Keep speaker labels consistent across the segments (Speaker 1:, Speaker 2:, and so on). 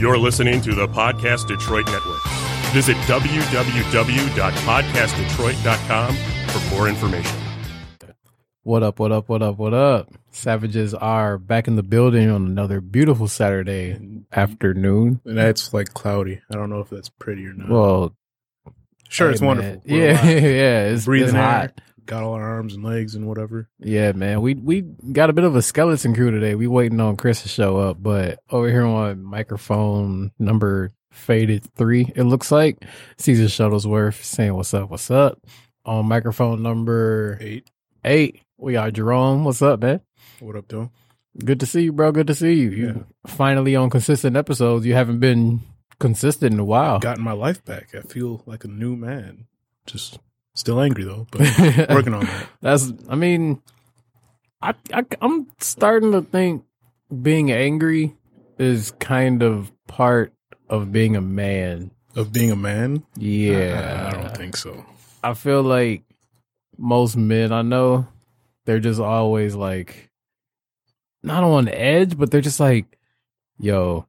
Speaker 1: You're listening to the Podcast Detroit Network. Visit www.podcastdetroit.com for more information.
Speaker 2: What up, what up, what up, what up? Savages are back in the building on another beautiful Saturday afternoon.
Speaker 3: And that's like cloudy. I don't know if that's pretty or not.
Speaker 2: Well,
Speaker 3: Mm-hmm. sure, it's
Speaker 2: hey, man.
Speaker 3: wonderful. We're
Speaker 2: Yeah,
Speaker 3: alive.
Speaker 2: yeah, it's
Speaker 3: breathing
Speaker 2: it's
Speaker 3: air.
Speaker 2: hot.
Speaker 3: Got all our arms and legs and whatever.
Speaker 2: Yeah, man. We we got a bit of a skeleton crew today. We waiting on Chris to show up, but over here on microphone number faded three, it looks like Caesar Shuttlesworth saying what's up, what's up. On microphone number
Speaker 3: Eight.
Speaker 2: eight, we got Jerome. What's up, man?
Speaker 3: What up, though?
Speaker 2: Good to see you, bro. Good to see you. You finally on consistent episodes. You haven't been consistent in a while.
Speaker 3: Gotten my life back. I feel like a new man. Just still angry though, but working on that.
Speaker 2: That's. I mean, I, I I'm starting to think being angry is kind of part of being a man.
Speaker 3: Of being a man,
Speaker 2: Yeah,
Speaker 3: I, I don't think so.
Speaker 2: I feel like most men I know, they're just always like, not on edge, but they're just like, yo,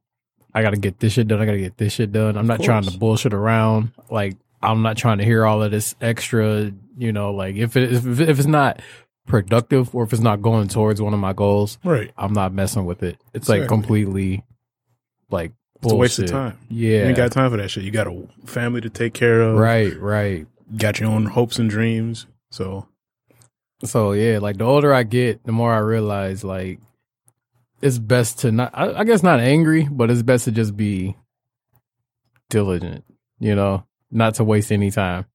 Speaker 2: I gotta get this shit done. I gotta get this shit done. I'm not trying to
Speaker 3: course.
Speaker 2: bullshit around. Like, I'm not trying to hear all of this extra, you know, like if it, if, if it's not productive or if it's not going towards one of my goals,
Speaker 3: Right?
Speaker 2: I'm not messing with it. It's like
Speaker 3: Exactly.
Speaker 2: completely like bullshit.
Speaker 3: It's a waste of time. You
Speaker 2: Yeah.
Speaker 3: ain't got time for that shit. You got a family to take care of.
Speaker 2: right, right.
Speaker 3: Got your own hopes and dreams. So
Speaker 2: So yeah, like the older I get, the more I realize like it's best to not I, I guess not angry, but it's best to just be diligent, you know, not to waste any time.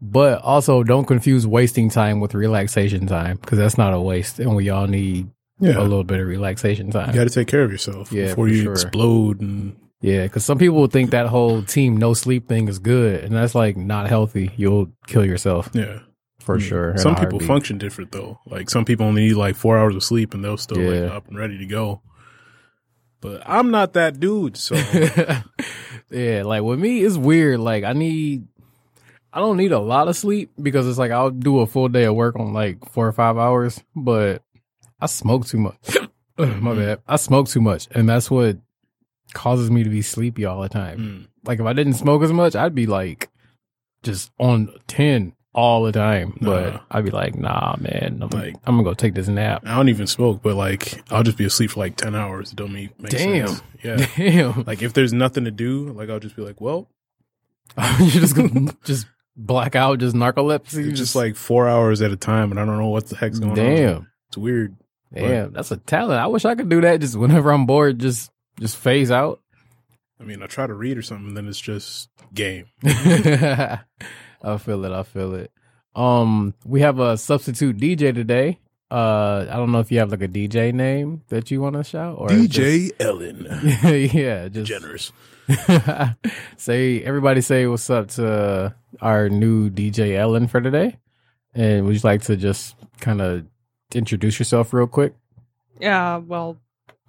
Speaker 2: But also don't confuse wasting time with relaxation time because that's not a waste and we all need
Speaker 3: yeah,
Speaker 2: a little bit of relaxation time.
Speaker 3: you got to take care of yourself
Speaker 2: Yeah,
Speaker 3: before
Speaker 2: for
Speaker 3: you
Speaker 2: sure.
Speaker 3: explode and
Speaker 2: Yeah, because some people think that whole team no sleep thing is good and that's like not healthy. You'll kill yourself
Speaker 3: yeah.
Speaker 2: for
Speaker 3: Mm.
Speaker 2: sure. in
Speaker 3: Some
Speaker 2: a
Speaker 3: people
Speaker 2: heartbeat.
Speaker 3: function different though. Like some people only need like four hours of sleep and they'll still like
Speaker 2: Yeah.
Speaker 3: up and ready to go. But I'm not that dude, so
Speaker 2: yeah, like with me, it's weird. Like I need, I don't need a lot of sleep because it's like I'll do a full day of work on like four or five hours, but I smoke too much. My bad. I smoke too much, and that's what causes me to be sleepy all the time.
Speaker 3: mm,
Speaker 2: Like if I didn't smoke as much, I'd be like just on ten all the time.
Speaker 3: Nah.
Speaker 2: But I'd be like, nah, man, I'm,
Speaker 3: Like-
Speaker 2: I'm gonna go take this nap.
Speaker 3: I don't even smoke, but like I'll just be asleep for like ten hours. It don't make, make
Speaker 2: Damn.
Speaker 3: sense. Yeah.
Speaker 2: Damn,
Speaker 3: like if there's nothing to do, like I'll just be like, Well,
Speaker 2: you just gonna just black out, just narcolepsy,
Speaker 3: it's just like four hours at a time and I don't know what the heck's going on.
Speaker 2: Damn.
Speaker 3: It's weird.
Speaker 2: Damn, that's a talent. I wish I could do that. Just whenever I'm bored, just just phase out.
Speaker 3: I mean, I try to read or something, then it's just game.
Speaker 2: I feel it. I feel it. Um, we have a substitute DJ today. Uh, I don't know if you have like a DJ name that you want to shout or it's
Speaker 3: Ellen.
Speaker 2: Just, yeah, just
Speaker 3: Generous.
Speaker 2: say everybody say what's up to our new DJ Ellen for today, and would you like to just kind of introduce yourself real quick?
Speaker 4: Yeah, well,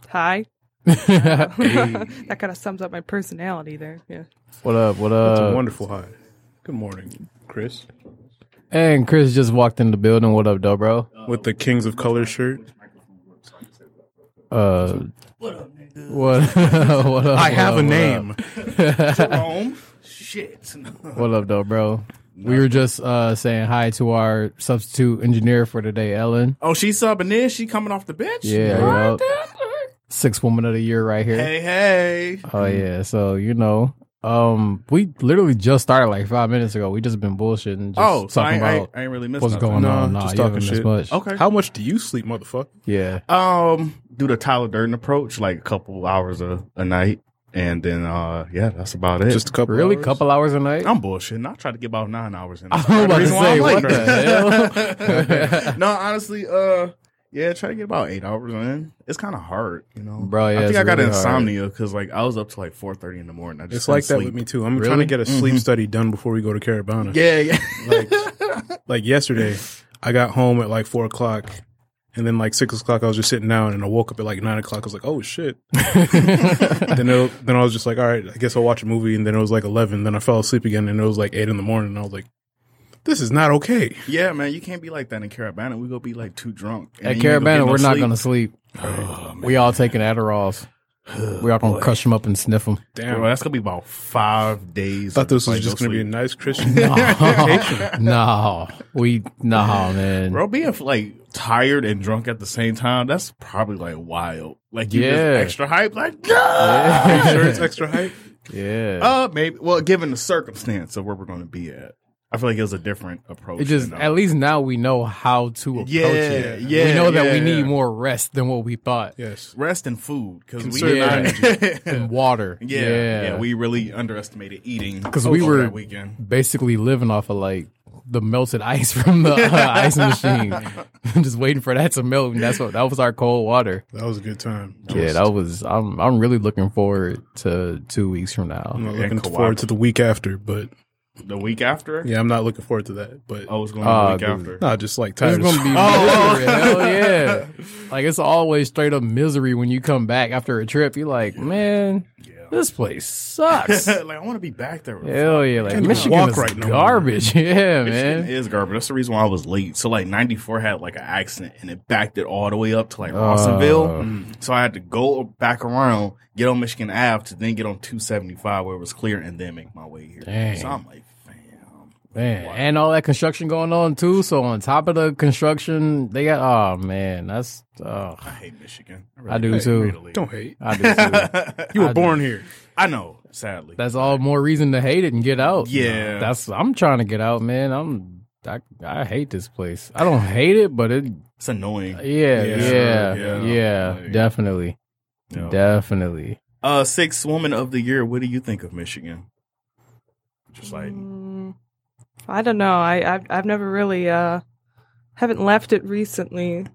Speaker 4: hi. that kind of sums up my personality there. Yeah.
Speaker 2: What up? What
Speaker 3: It's
Speaker 2: up?
Speaker 3: a wonderful high. Good morning, Chris.
Speaker 2: And Chris just walked in the building. What up, though, bro?
Speaker 3: With the Kings of Color shirt.
Speaker 2: Uh, what what up? What up?
Speaker 3: I have
Speaker 2: what
Speaker 3: a
Speaker 2: up,
Speaker 3: name.
Speaker 5: Rome. Shit.
Speaker 2: What up, though, bro? We were just uh saying hi to our substitute engineer for today, Ellen.
Speaker 5: Oh, she subbing in. She coming off the bench.
Speaker 2: Yeah, yup. sixth woman of the year right here.
Speaker 5: Hey, hey.
Speaker 2: Oh yeah, so you know, um, we literally just started like five minutes ago. We just been bullshitting. Just
Speaker 5: Oh, so I,
Speaker 2: talking
Speaker 5: ain't- I,
Speaker 2: about
Speaker 5: ain't- I ain't really missing
Speaker 2: what's going on.
Speaker 3: Nah,
Speaker 2: Nah,
Speaker 3: just
Speaker 2: you haven't
Speaker 3: talking
Speaker 2: missed
Speaker 3: shit.
Speaker 2: much.
Speaker 5: Okay.
Speaker 3: How much do you sleep, motherfucker?
Speaker 2: Yeah.
Speaker 5: Um, do the Tyler Durden approach, like a couple hours a, a night, and then uh, yeah, that's about it.
Speaker 3: Just a couple.
Speaker 2: Really?
Speaker 3: hours?
Speaker 2: Couple hours a night?
Speaker 5: I'm bullshitting. I try to get about nine hours in.
Speaker 2: I was about to say, what the hell?
Speaker 5: no, honestly, uh, yeah, try to get about eight hours in. It's kind of hard, you know,
Speaker 2: Bro, yeah,
Speaker 5: I think
Speaker 2: it's
Speaker 5: I got
Speaker 2: really hard.
Speaker 5: insomnia because like I was up to like four thirty in the morning. I just
Speaker 3: It's like that
Speaker 5: couldn't
Speaker 3: with me
Speaker 5: sleep.
Speaker 3: too. I'm trying
Speaker 2: Really?
Speaker 3: to get a sleep study done before we go to Carabana.
Speaker 5: Yeah, yeah.
Speaker 3: Like, like yesterday, I got home at like four o'clock, and then like six o'clock, I was just sitting down, and I woke up at like nine o'clock. I was like, oh shit. then it, then I was just like, all right, I guess I'll watch a movie. And then it was like eleven. Then I fell asleep again, and it was like eight in the morning. And I was like, this is not okay.
Speaker 5: Yeah, man, you can't be like that in Carabana. We gonna be like too drunk.
Speaker 2: At Caravana, we're not gonna sleep.
Speaker 5: gonna.
Speaker 2: We all taking Adderalls. We're all gonna
Speaker 5: Oh, Boy.
Speaker 2: crush them up and sniff them.
Speaker 3: Damn.
Speaker 5: Bro, that's gonna be about five days.
Speaker 3: I thought this was
Speaker 5: like,
Speaker 3: just
Speaker 5: no
Speaker 3: going to be a
Speaker 5: sleep.
Speaker 3: nice Christian vacation.
Speaker 2: No, no, we no man.
Speaker 5: Bro, being like tired and drunk at the same time, that's probably like wild. Like you
Speaker 2: Yeah.
Speaker 5: just extra hype, like yeah.
Speaker 3: Are you sure it's extra hype?
Speaker 2: Yeah,
Speaker 5: Uh, maybe. Well, given the circumstance of where we're going to be at, I feel like it was a different approach.
Speaker 2: it just
Speaker 5: than uh,
Speaker 2: at
Speaker 5: ours.
Speaker 2: least now we know how to approach
Speaker 5: yeah,
Speaker 2: it.
Speaker 5: yeah.
Speaker 2: we know that we
Speaker 5: yeah.
Speaker 2: need more rest than what we thought
Speaker 3: Yes.
Speaker 5: rest and food because we
Speaker 3: Conserve
Speaker 5: did
Speaker 2: and
Speaker 5: not.
Speaker 2: water.
Speaker 5: yeah, yeah, We really underestimated eating
Speaker 2: 'Cause we
Speaker 5: over
Speaker 2: were-
Speaker 5: that weekend.
Speaker 2: basically living off of like the melted ice from the uh, ice machine, just waiting for that to melt. And that's what that was our cold water.
Speaker 3: That was a good time.
Speaker 2: Yeah, that was. I'm I'm really looking forward to two weeks from
Speaker 3: I'm
Speaker 2: now.
Speaker 3: not
Speaker 5: And
Speaker 3: looking
Speaker 5: Kawhi.
Speaker 3: forward to the week after, but
Speaker 5: The week after,
Speaker 3: yeah, I'm not looking forward to that. But
Speaker 5: I was going
Speaker 2: Ah,
Speaker 5: to the week
Speaker 2: dude.
Speaker 5: after.
Speaker 3: nah, just like
Speaker 2: It's
Speaker 3: tired.
Speaker 2: gonna be
Speaker 5: Oh.
Speaker 2: misery. hell yeah! Like it's always straight up misery when you come back after a trip. You're like, man,
Speaker 5: Yeah.
Speaker 2: this place sucks.
Speaker 5: like I want to be back there.
Speaker 2: hell yeah! Like
Speaker 3: Can't even
Speaker 2: Michigan
Speaker 3: walk
Speaker 2: is
Speaker 3: right no more.
Speaker 2: garbage. yeah,
Speaker 5: Michigan
Speaker 2: man.
Speaker 5: is garbage. That's the reason why I was late. So like '94 had like an accident and it backed it all the way up to like
Speaker 2: Oh.
Speaker 5: Rossville. So I had to go back around, get on Michigan Ave to then get on 275 where it was clear and then make my way here.
Speaker 2: Dang.
Speaker 5: So I'm like, fam.
Speaker 2: Man, and all that construction going on too. So on top of the construction, they got oh man, that's oh,
Speaker 5: I hate Michigan.
Speaker 2: I do too.
Speaker 3: Don't hate.
Speaker 2: I do too.
Speaker 3: You
Speaker 2: I
Speaker 3: were born here.
Speaker 5: I know, sadly.
Speaker 2: that's all more reason to hate it and get out.
Speaker 5: Yeah.
Speaker 2: that's I'm trying to get out, man. I'm I, I hate this place. I don't hate it, but it
Speaker 5: it's annoying.
Speaker 2: yeah
Speaker 3: Yeah,
Speaker 2: yeah
Speaker 3: sure,
Speaker 2: yeah,
Speaker 5: yeah, like-
Speaker 2: definitely
Speaker 5: Yeah.
Speaker 2: definitely.
Speaker 5: Uh, sixth woman of the year. What do you think of Michigan? Just like
Speaker 4: Mm, I don't know. I I've, I've never really uh haven't left it recently,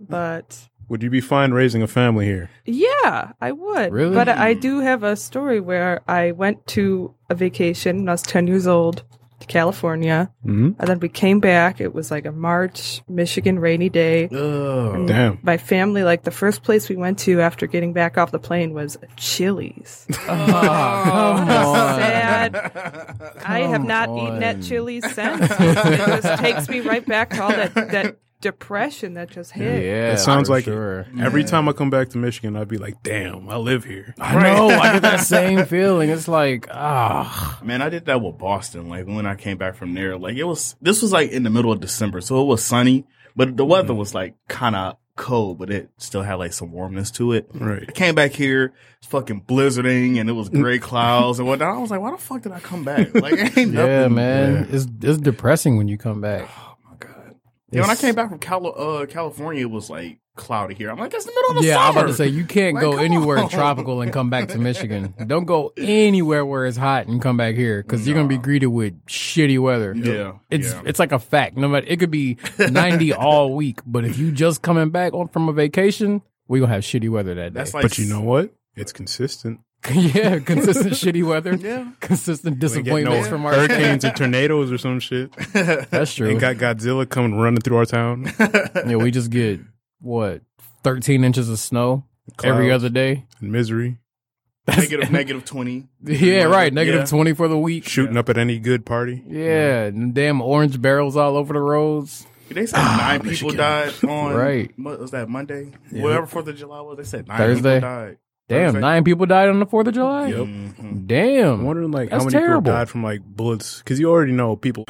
Speaker 4: but
Speaker 3: Would you be fine raising a family here?
Speaker 4: yeah, I would.
Speaker 2: Really?
Speaker 4: But I do have a story where I went to a vacation when I was ten years old to California,
Speaker 3: Mm-hmm.
Speaker 4: and then we came back. It was like a March Michigan rainy day.
Speaker 5: oh,
Speaker 3: Damn.
Speaker 4: My family, like the first place we went to after getting back off the plane was Chili's.
Speaker 2: Oh, come on.
Speaker 4: Sad. I have
Speaker 2: Come
Speaker 4: not eaten
Speaker 2: on.
Speaker 4: at Chili's since. it just takes me right back to all that, that depression that just hit.
Speaker 2: Yeah,
Speaker 3: It sounds
Speaker 2: for
Speaker 3: like it.
Speaker 2: sure.
Speaker 3: Every time I come back to Michigan, I'd be like, damn, I live here.
Speaker 2: I know. I get that same feeling. It's like ah,
Speaker 5: Man, I did that with Boston. Like when I came back from there, like it was this was like in the middle of December, so it was sunny, but the
Speaker 2: Mm-hmm.
Speaker 5: weather was like kind of cold, but it still had like some warmness to it. I
Speaker 3: Right.
Speaker 5: came back here, it's fucking blizzarding, and it was gray clouds and whatnot. I was like, why the fuck did I come back? Like, it ain't nothing.
Speaker 2: yeah, man. It's it's depressing when you come back.
Speaker 5: Oh my god. Yeah, when I
Speaker 2: It's-
Speaker 5: came back from Cali- uh, California, it was like cloudy here. I'm like, it's the middle of the
Speaker 2: Yeah, I'm
Speaker 5: summer.
Speaker 2: about to say you can't
Speaker 5: Like,
Speaker 2: go
Speaker 5: come
Speaker 2: anywhere
Speaker 5: on.
Speaker 2: tropical and come back to Michigan. Don't go anywhere where it's hot and come back here because you're gonna be greeted with shitty weather.
Speaker 5: Yeah,
Speaker 2: It's
Speaker 5: yeah.
Speaker 2: it's like a fact. No matter it could be 90 all week, but if you just coming back on from a vacation, we gonna have shitty weather that day.
Speaker 5: That's like,
Speaker 3: But you know what? It's consistent.
Speaker 2: yeah, consistent shitty weather.
Speaker 5: Yeah.
Speaker 2: consistent
Speaker 3: We ain't getting
Speaker 2: disappointments
Speaker 3: no
Speaker 2: from our
Speaker 3: hurricanes or tornadoes or some shit.
Speaker 2: That's true.
Speaker 3: Ain't got Godzilla coming running through our town.
Speaker 2: yeah, we just get what 13 inches of snow every
Speaker 3: Clouds.
Speaker 2: other day.
Speaker 3: And misery.
Speaker 5: negative negative twenty.
Speaker 2: Yeah, right. Negative
Speaker 5: Yeah.
Speaker 2: 20 for the week.
Speaker 3: Shooting up at any good party.
Speaker 2: Yeah, and damn orange barrels all over the roads.
Speaker 5: They said
Speaker 2: Ah,
Speaker 5: nine people
Speaker 3: Michigan.
Speaker 5: died on
Speaker 2: Right.
Speaker 5: What was that Monday?
Speaker 2: Yeah.
Speaker 5: Whatever Fourth of July was. They said nine
Speaker 2: Thursday.
Speaker 5: people died.
Speaker 2: Damn,
Speaker 5: Thunsday.
Speaker 2: nine people died on the Fourth of July.
Speaker 3: Yep.
Speaker 5: Mhm.
Speaker 2: Damn.
Speaker 3: I'm wondering like
Speaker 2: That's
Speaker 3: how many
Speaker 2: terrible.
Speaker 3: people died from like bullets because you already know people.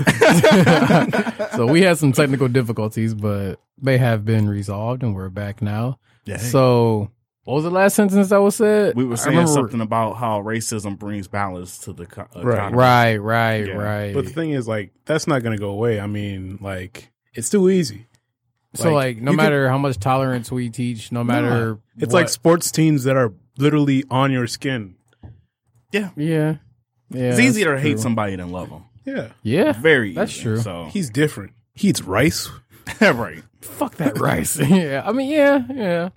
Speaker 2: so we had some technical difficulties, but they have been resolved, and we're back now. So, what was the last sentence that was said?
Speaker 5: we were
Speaker 2: I
Speaker 5: saying
Speaker 2: remember-
Speaker 5: something about how racism brings balance to the co- uh,
Speaker 3: Right.
Speaker 5: economy.
Speaker 2: Right, right,
Speaker 5: Yeah.
Speaker 2: right.
Speaker 3: but the thing is like that's not gonna go away. I mean like it's too easy.
Speaker 2: so, like, no
Speaker 3: you could-
Speaker 2: matter how much tolerance we teach, no matter
Speaker 3: It's
Speaker 2: what-
Speaker 3: like sports teams that are literally on your skin.
Speaker 2: yeah, yeah.
Speaker 5: It's easier to
Speaker 2: that's
Speaker 5: hate
Speaker 2: true.
Speaker 5: somebody than love them.
Speaker 3: Yeah,
Speaker 2: Yeah,
Speaker 5: Very.
Speaker 2: That's
Speaker 5: easy.
Speaker 2: true.
Speaker 5: So
Speaker 3: Oh. he's different. He eats rice.
Speaker 5: right.
Speaker 2: fuck that rice. yeah, I mean, yeah, yeah.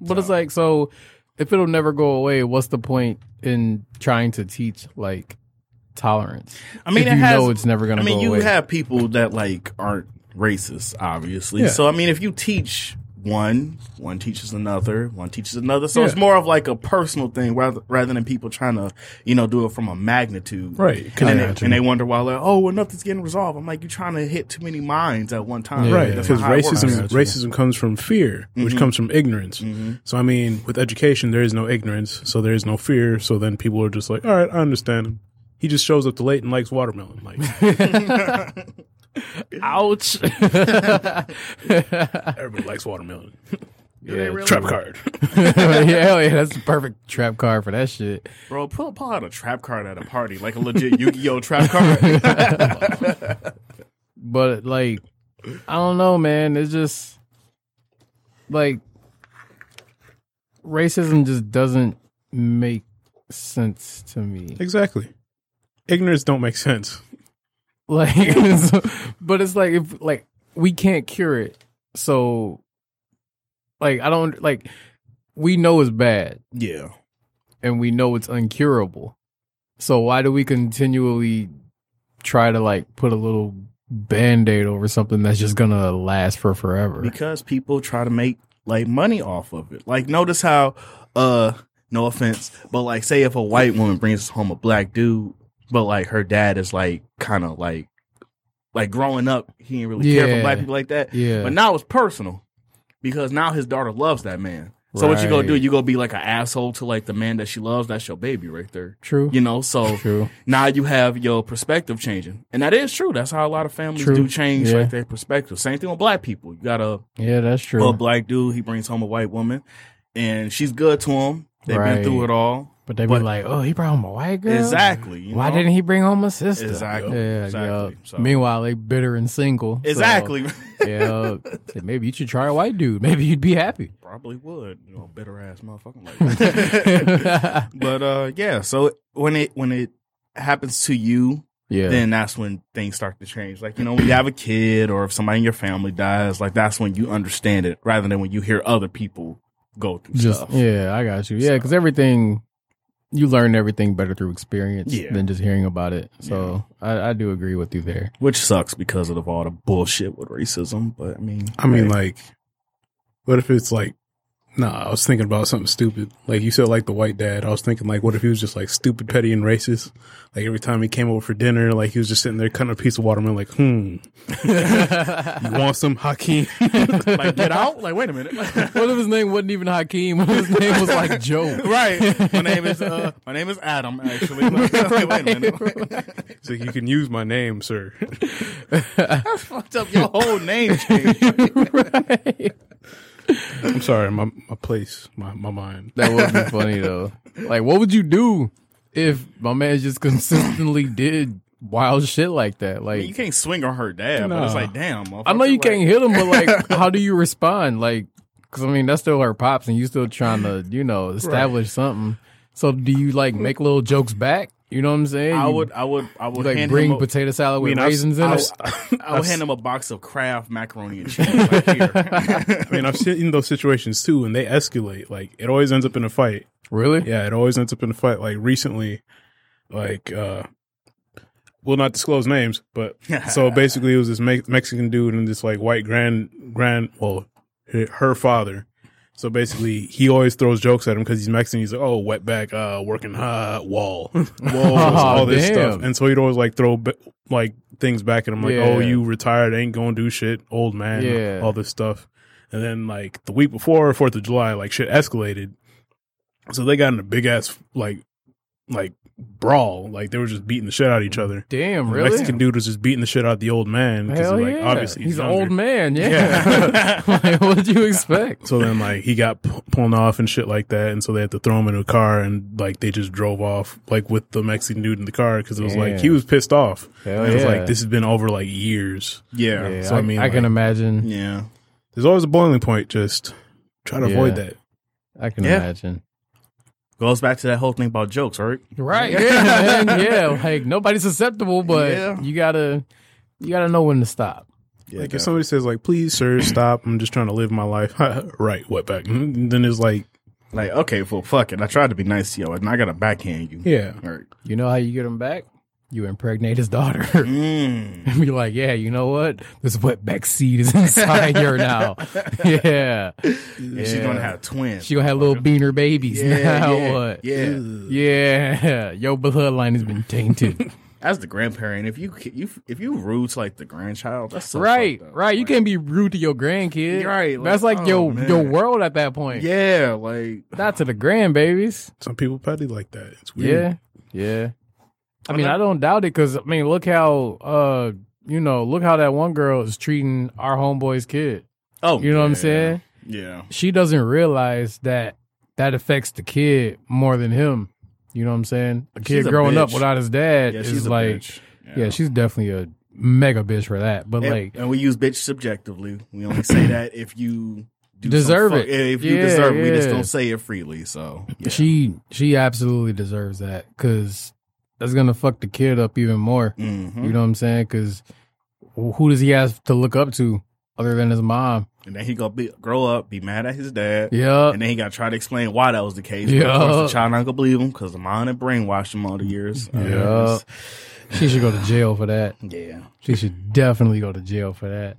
Speaker 2: But it's like, so if it'll never go away, what's the point in trying to teach like tolerance?
Speaker 5: I mean,
Speaker 2: if
Speaker 5: it
Speaker 2: you
Speaker 5: has.
Speaker 2: know it's never gonna.
Speaker 5: I mean,
Speaker 2: go
Speaker 5: you
Speaker 2: away.
Speaker 5: have people that like aren't racist, obviously. So I mean, if you teach one, one teaches another, one teaches another. So it's
Speaker 3: Yeah.
Speaker 5: more of like a personal thing rather rather than people trying to, you know, do it from a magnitude.
Speaker 3: Right.
Speaker 5: And, then
Speaker 3: Yeah.
Speaker 5: they, and they wonder why, like, oh, well, nothing's getting resolved. I'm like, you're trying to hit too many minds at one time.
Speaker 2: Yeah,
Speaker 3: right
Speaker 5: That's
Speaker 3: because
Speaker 5: not how it
Speaker 3: racism
Speaker 5: works.
Speaker 3: racism comes from fear which
Speaker 5: Mhm.
Speaker 3: comes from ignorance
Speaker 5: Mhm.
Speaker 3: so i mean with education there is no ignorance so there is no fear so then people are just like all right i understand him he just shows up to late and likes watermelon like
Speaker 2: Ouch.
Speaker 3: everybody likes watermelon
Speaker 2: yeah,
Speaker 3: trap card
Speaker 2: yeah, hell yeah, that's the perfect trap card for that shit.
Speaker 5: Bro, pull, pull out a trap card at a party, like a legit Yu Gi Oh trap card.
Speaker 2: But like, I don't know, man. It's just like racism just doesn't make sense to me.
Speaker 3: exactly ignorance don't make sense
Speaker 2: Like, it's- but it's like if like we can't cure it, so like I don't like we know it's bad.
Speaker 5: yeah.
Speaker 2: and we know it's uncurable. So why do we continually try to like put a little band-aid over something that's just gonna last for forever?
Speaker 5: Because people try to make like money off of it. Like notice how uh no offense, but like say if a white woman brings home a black dude, but like her dad is like kind of like like growing up, he didn't really care
Speaker 2: Yeah.
Speaker 5: for black people like that.
Speaker 2: Yeah.
Speaker 5: But now it's personal because now his daughter loves that man. So what you gonna do?
Speaker 2: Right.
Speaker 5: You gonna be like an asshole to like the man that she loves? That's your baby right there.
Speaker 2: True.
Speaker 5: You know, so
Speaker 2: True.
Speaker 5: now you have your perspective changing. And that is true. That's how a lot of families
Speaker 2: True.
Speaker 5: do change
Speaker 2: Yeah.
Speaker 5: like their perspective. Same thing with black people. You got a,
Speaker 2: Yeah, that's true.
Speaker 5: a black dude, he brings home a white woman and she's good to him. They've
Speaker 2: Right.
Speaker 5: been through it all.
Speaker 2: but they be
Speaker 5: but-
Speaker 2: like, "Oh, he brought home a white girl."
Speaker 5: Exactly. you
Speaker 2: Why
Speaker 5: know?
Speaker 2: didn't he bring home a sister?
Speaker 5: Exactly.
Speaker 2: Yeah.
Speaker 5: Exactly.
Speaker 2: yup.
Speaker 5: So-
Speaker 2: Meanwhile, they bitter and single. So,
Speaker 5: Exactly.
Speaker 2: yeah. Say, Maybe you should try a white dude. Maybe you'd be happy.
Speaker 5: Probably would. You know, bitter ass motherfucker. Like
Speaker 2: yeah.
Speaker 5: but uh yeah, so when it when it happens to you then that's when things start to change. Like, you know, when you have a kid or if somebody in your family dies, like that's when you understand it rather than when you hear other people go through
Speaker 2: just
Speaker 5: stuff.
Speaker 2: yeah i got you yeah because everything you learn everything better through experience
Speaker 5: Yeah.
Speaker 2: than just hearing about it so I, I do agree with you there
Speaker 5: Which sucks because of all the bullshit with racism. But I mean,
Speaker 3: i mean like what if it's like Nah, I was thinking about something stupid. Like you said, like the white dad. I was thinking, like, what if he was just like stupid, petty, and racist? Like every time he came over for dinner, like he was just sitting there cutting a piece of watermelon. Like, hmm, You want some Hakeem?
Speaker 5: like get out? Like, wait a minute.
Speaker 2: what if his name wasn't even hakeem what if his name was like joe
Speaker 5: right. My name is uh, my name is Adam, actually. wait a minute.
Speaker 3: He's like, you can use my name, sir.
Speaker 5: That's fucked up. Your whole name changed.
Speaker 3: I'm sorry, my my place, my my mind.
Speaker 2: that would be funny though like what would you do if my man just consistently did wild shit like that
Speaker 5: You
Speaker 2: like
Speaker 5: can't swing on her dad, but it's
Speaker 3: Nah.
Speaker 5: like, damn.
Speaker 2: i know
Speaker 5: motherfucker,
Speaker 2: you
Speaker 5: like-
Speaker 2: can't hit him but like how do you respond like because i mean that's still her pops and you still trying to you know establish something so do you like make little jokes back you know what i'm saying
Speaker 5: I
Speaker 2: You-
Speaker 5: would, I would, I
Speaker 2: you,
Speaker 5: would
Speaker 2: like
Speaker 5: hand
Speaker 2: bring
Speaker 5: him a-
Speaker 2: potato salad with
Speaker 3: mean, I've-
Speaker 2: raisins in
Speaker 5: I'll,
Speaker 2: it
Speaker 5: I'll hand him a box of Kraft macaroni and cheese. Right here.
Speaker 3: I mean, I've seen those situations too, and they escalate. Like it always ends up in a fight.
Speaker 2: really
Speaker 3: Yeah, it always ends up in a fight. Like recently, like uh, we'll not disclose names, but so basically, it was this me- Mexican dude and this like white grand grand well, her- her father. So basically, he always throws jokes at him because he's Mexican. He's like, "Oh, wetback, uh, working hot, wall, wall, all this
Speaker 2: Oh, damn.
Speaker 3: stuff." And so he'd always like throw ba- like things back at him, like,
Speaker 2: Yeah.
Speaker 3: "Oh, you retired, ain't gonna do shit, old man,
Speaker 2: Yeah.
Speaker 3: all this stuff." And then like the week before Fourth of July, like shit escalated. So they got in a big ass like like brawl. Like they were just beating the shit out of each other.
Speaker 2: damn
Speaker 3: The
Speaker 2: really
Speaker 3: Mexican dude was just beating the shit out of the old man because
Speaker 2: Hell
Speaker 3: like
Speaker 2: yeah.
Speaker 3: obviously
Speaker 2: he's, an
Speaker 3: younger.
Speaker 2: old man yeah, like what did you expect
Speaker 3: So then like he got p- pulled off and shit like that, and so they had to throw him in a car and like they just drove off like with the Mexican dude in the car because it was like
Speaker 2: Damn.
Speaker 3: he was pissed off.
Speaker 2: Hell
Speaker 3: And it was
Speaker 2: yeah.
Speaker 3: like this has been over like years.
Speaker 5: yeah.
Speaker 2: yeah,
Speaker 3: so
Speaker 2: I,
Speaker 3: I mean,
Speaker 2: I can
Speaker 3: like-
Speaker 2: imagine
Speaker 5: Yeah.
Speaker 3: There's always a boiling point. Just try to avoid
Speaker 2: Yeah.
Speaker 3: that.
Speaker 2: i can
Speaker 5: Yeah.
Speaker 2: imagine
Speaker 5: Goes back to that whole thing about jokes, right?
Speaker 2: right yeah man, yeah like nobody's susceptible but
Speaker 5: Yeah.
Speaker 2: you gotta you gotta know when to stop
Speaker 5: Yeah.
Speaker 3: like if somebody says like, "Please, sir, stop," I'm just trying to live my life. right, what back? Mm, Then it's like,
Speaker 5: like, okay, well, fuck it. I tried to be nice to you, and I got to backhand you.
Speaker 3: yeah,
Speaker 5: All right.
Speaker 2: you know how you get them back you impregnate his daughter
Speaker 5: Mm.
Speaker 2: and be like, yeah, you know what? This wetback seed is inside her now. Yeah.
Speaker 5: She's gonna have twins.
Speaker 2: She gonna have little beaner babies now.
Speaker 5: yeah,
Speaker 2: what?
Speaker 5: Yeah.
Speaker 2: Yeah, your bloodline has been tainted.
Speaker 5: As the grandparent, if you you if you rude to like the grandchild, that's so
Speaker 2: right,
Speaker 5: fucked up.
Speaker 2: right. You
Speaker 5: Like,
Speaker 2: can't be rude to your grandkid.
Speaker 5: You're right, like,
Speaker 2: That's like
Speaker 5: oh,
Speaker 2: your
Speaker 5: man.
Speaker 2: your world at that point.
Speaker 5: Yeah, like
Speaker 2: Not to the grandbabies.
Speaker 3: Some people probably like that. It's
Speaker 2: Yeah,
Speaker 3: weird.
Speaker 2: yeah. I mean, I don't doubt it because I mean, look how uh, you know, look how that one girl is treating our homeboy's kid.
Speaker 5: oh,
Speaker 2: You know what I'm
Speaker 5: yeah,
Speaker 2: saying?
Speaker 5: Yeah,
Speaker 2: She doesn't realize that that affects the kid more than him. You know what I'm saying? A kid
Speaker 5: She's a
Speaker 2: growing up
Speaker 5: bitch.
Speaker 2: without his dad
Speaker 5: yeah.
Speaker 2: is
Speaker 5: a
Speaker 2: like,
Speaker 5: bitch.
Speaker 2: yeah. she's definitely a mega bitch for that. But
Speaker 5: and,
Speaker 2: like,
Speaker 5: and we use bitch subjectively. We only say that if you do some
Speaker 2: Deserve
Speaker 5: fuck-
Speaker 2: it.
Speaker 5: If you
Speaker 2: Yeah,
Speaker 5: deserve, it. we just
Speaker 2: yeah.
Speaker 5: don't say it freely. So yeah.
Speaker 2: she she absolutely deserves that because that's gonna fuck the kid up even more.
Speaker 5: Mhm.
Speaker 2: You know what I'm saying? Because who does he have to look up to other than his mom?
Speaker 5: and then he gonna be, grow up, be mad at his dad.
Speaker 2: Yeah,
Speaker 5: And then he got to try to explain why that was the case. But
Speaker 2: Yeah.
Speaker 5: Of course, the child not gonna believe him because the mom had brainwashed him all the years. Uh,
Speaker 2: Yeah. she should go to jail for that.
Speaker 5: yeah.
Speaker 2: She should definitely go to jail for that.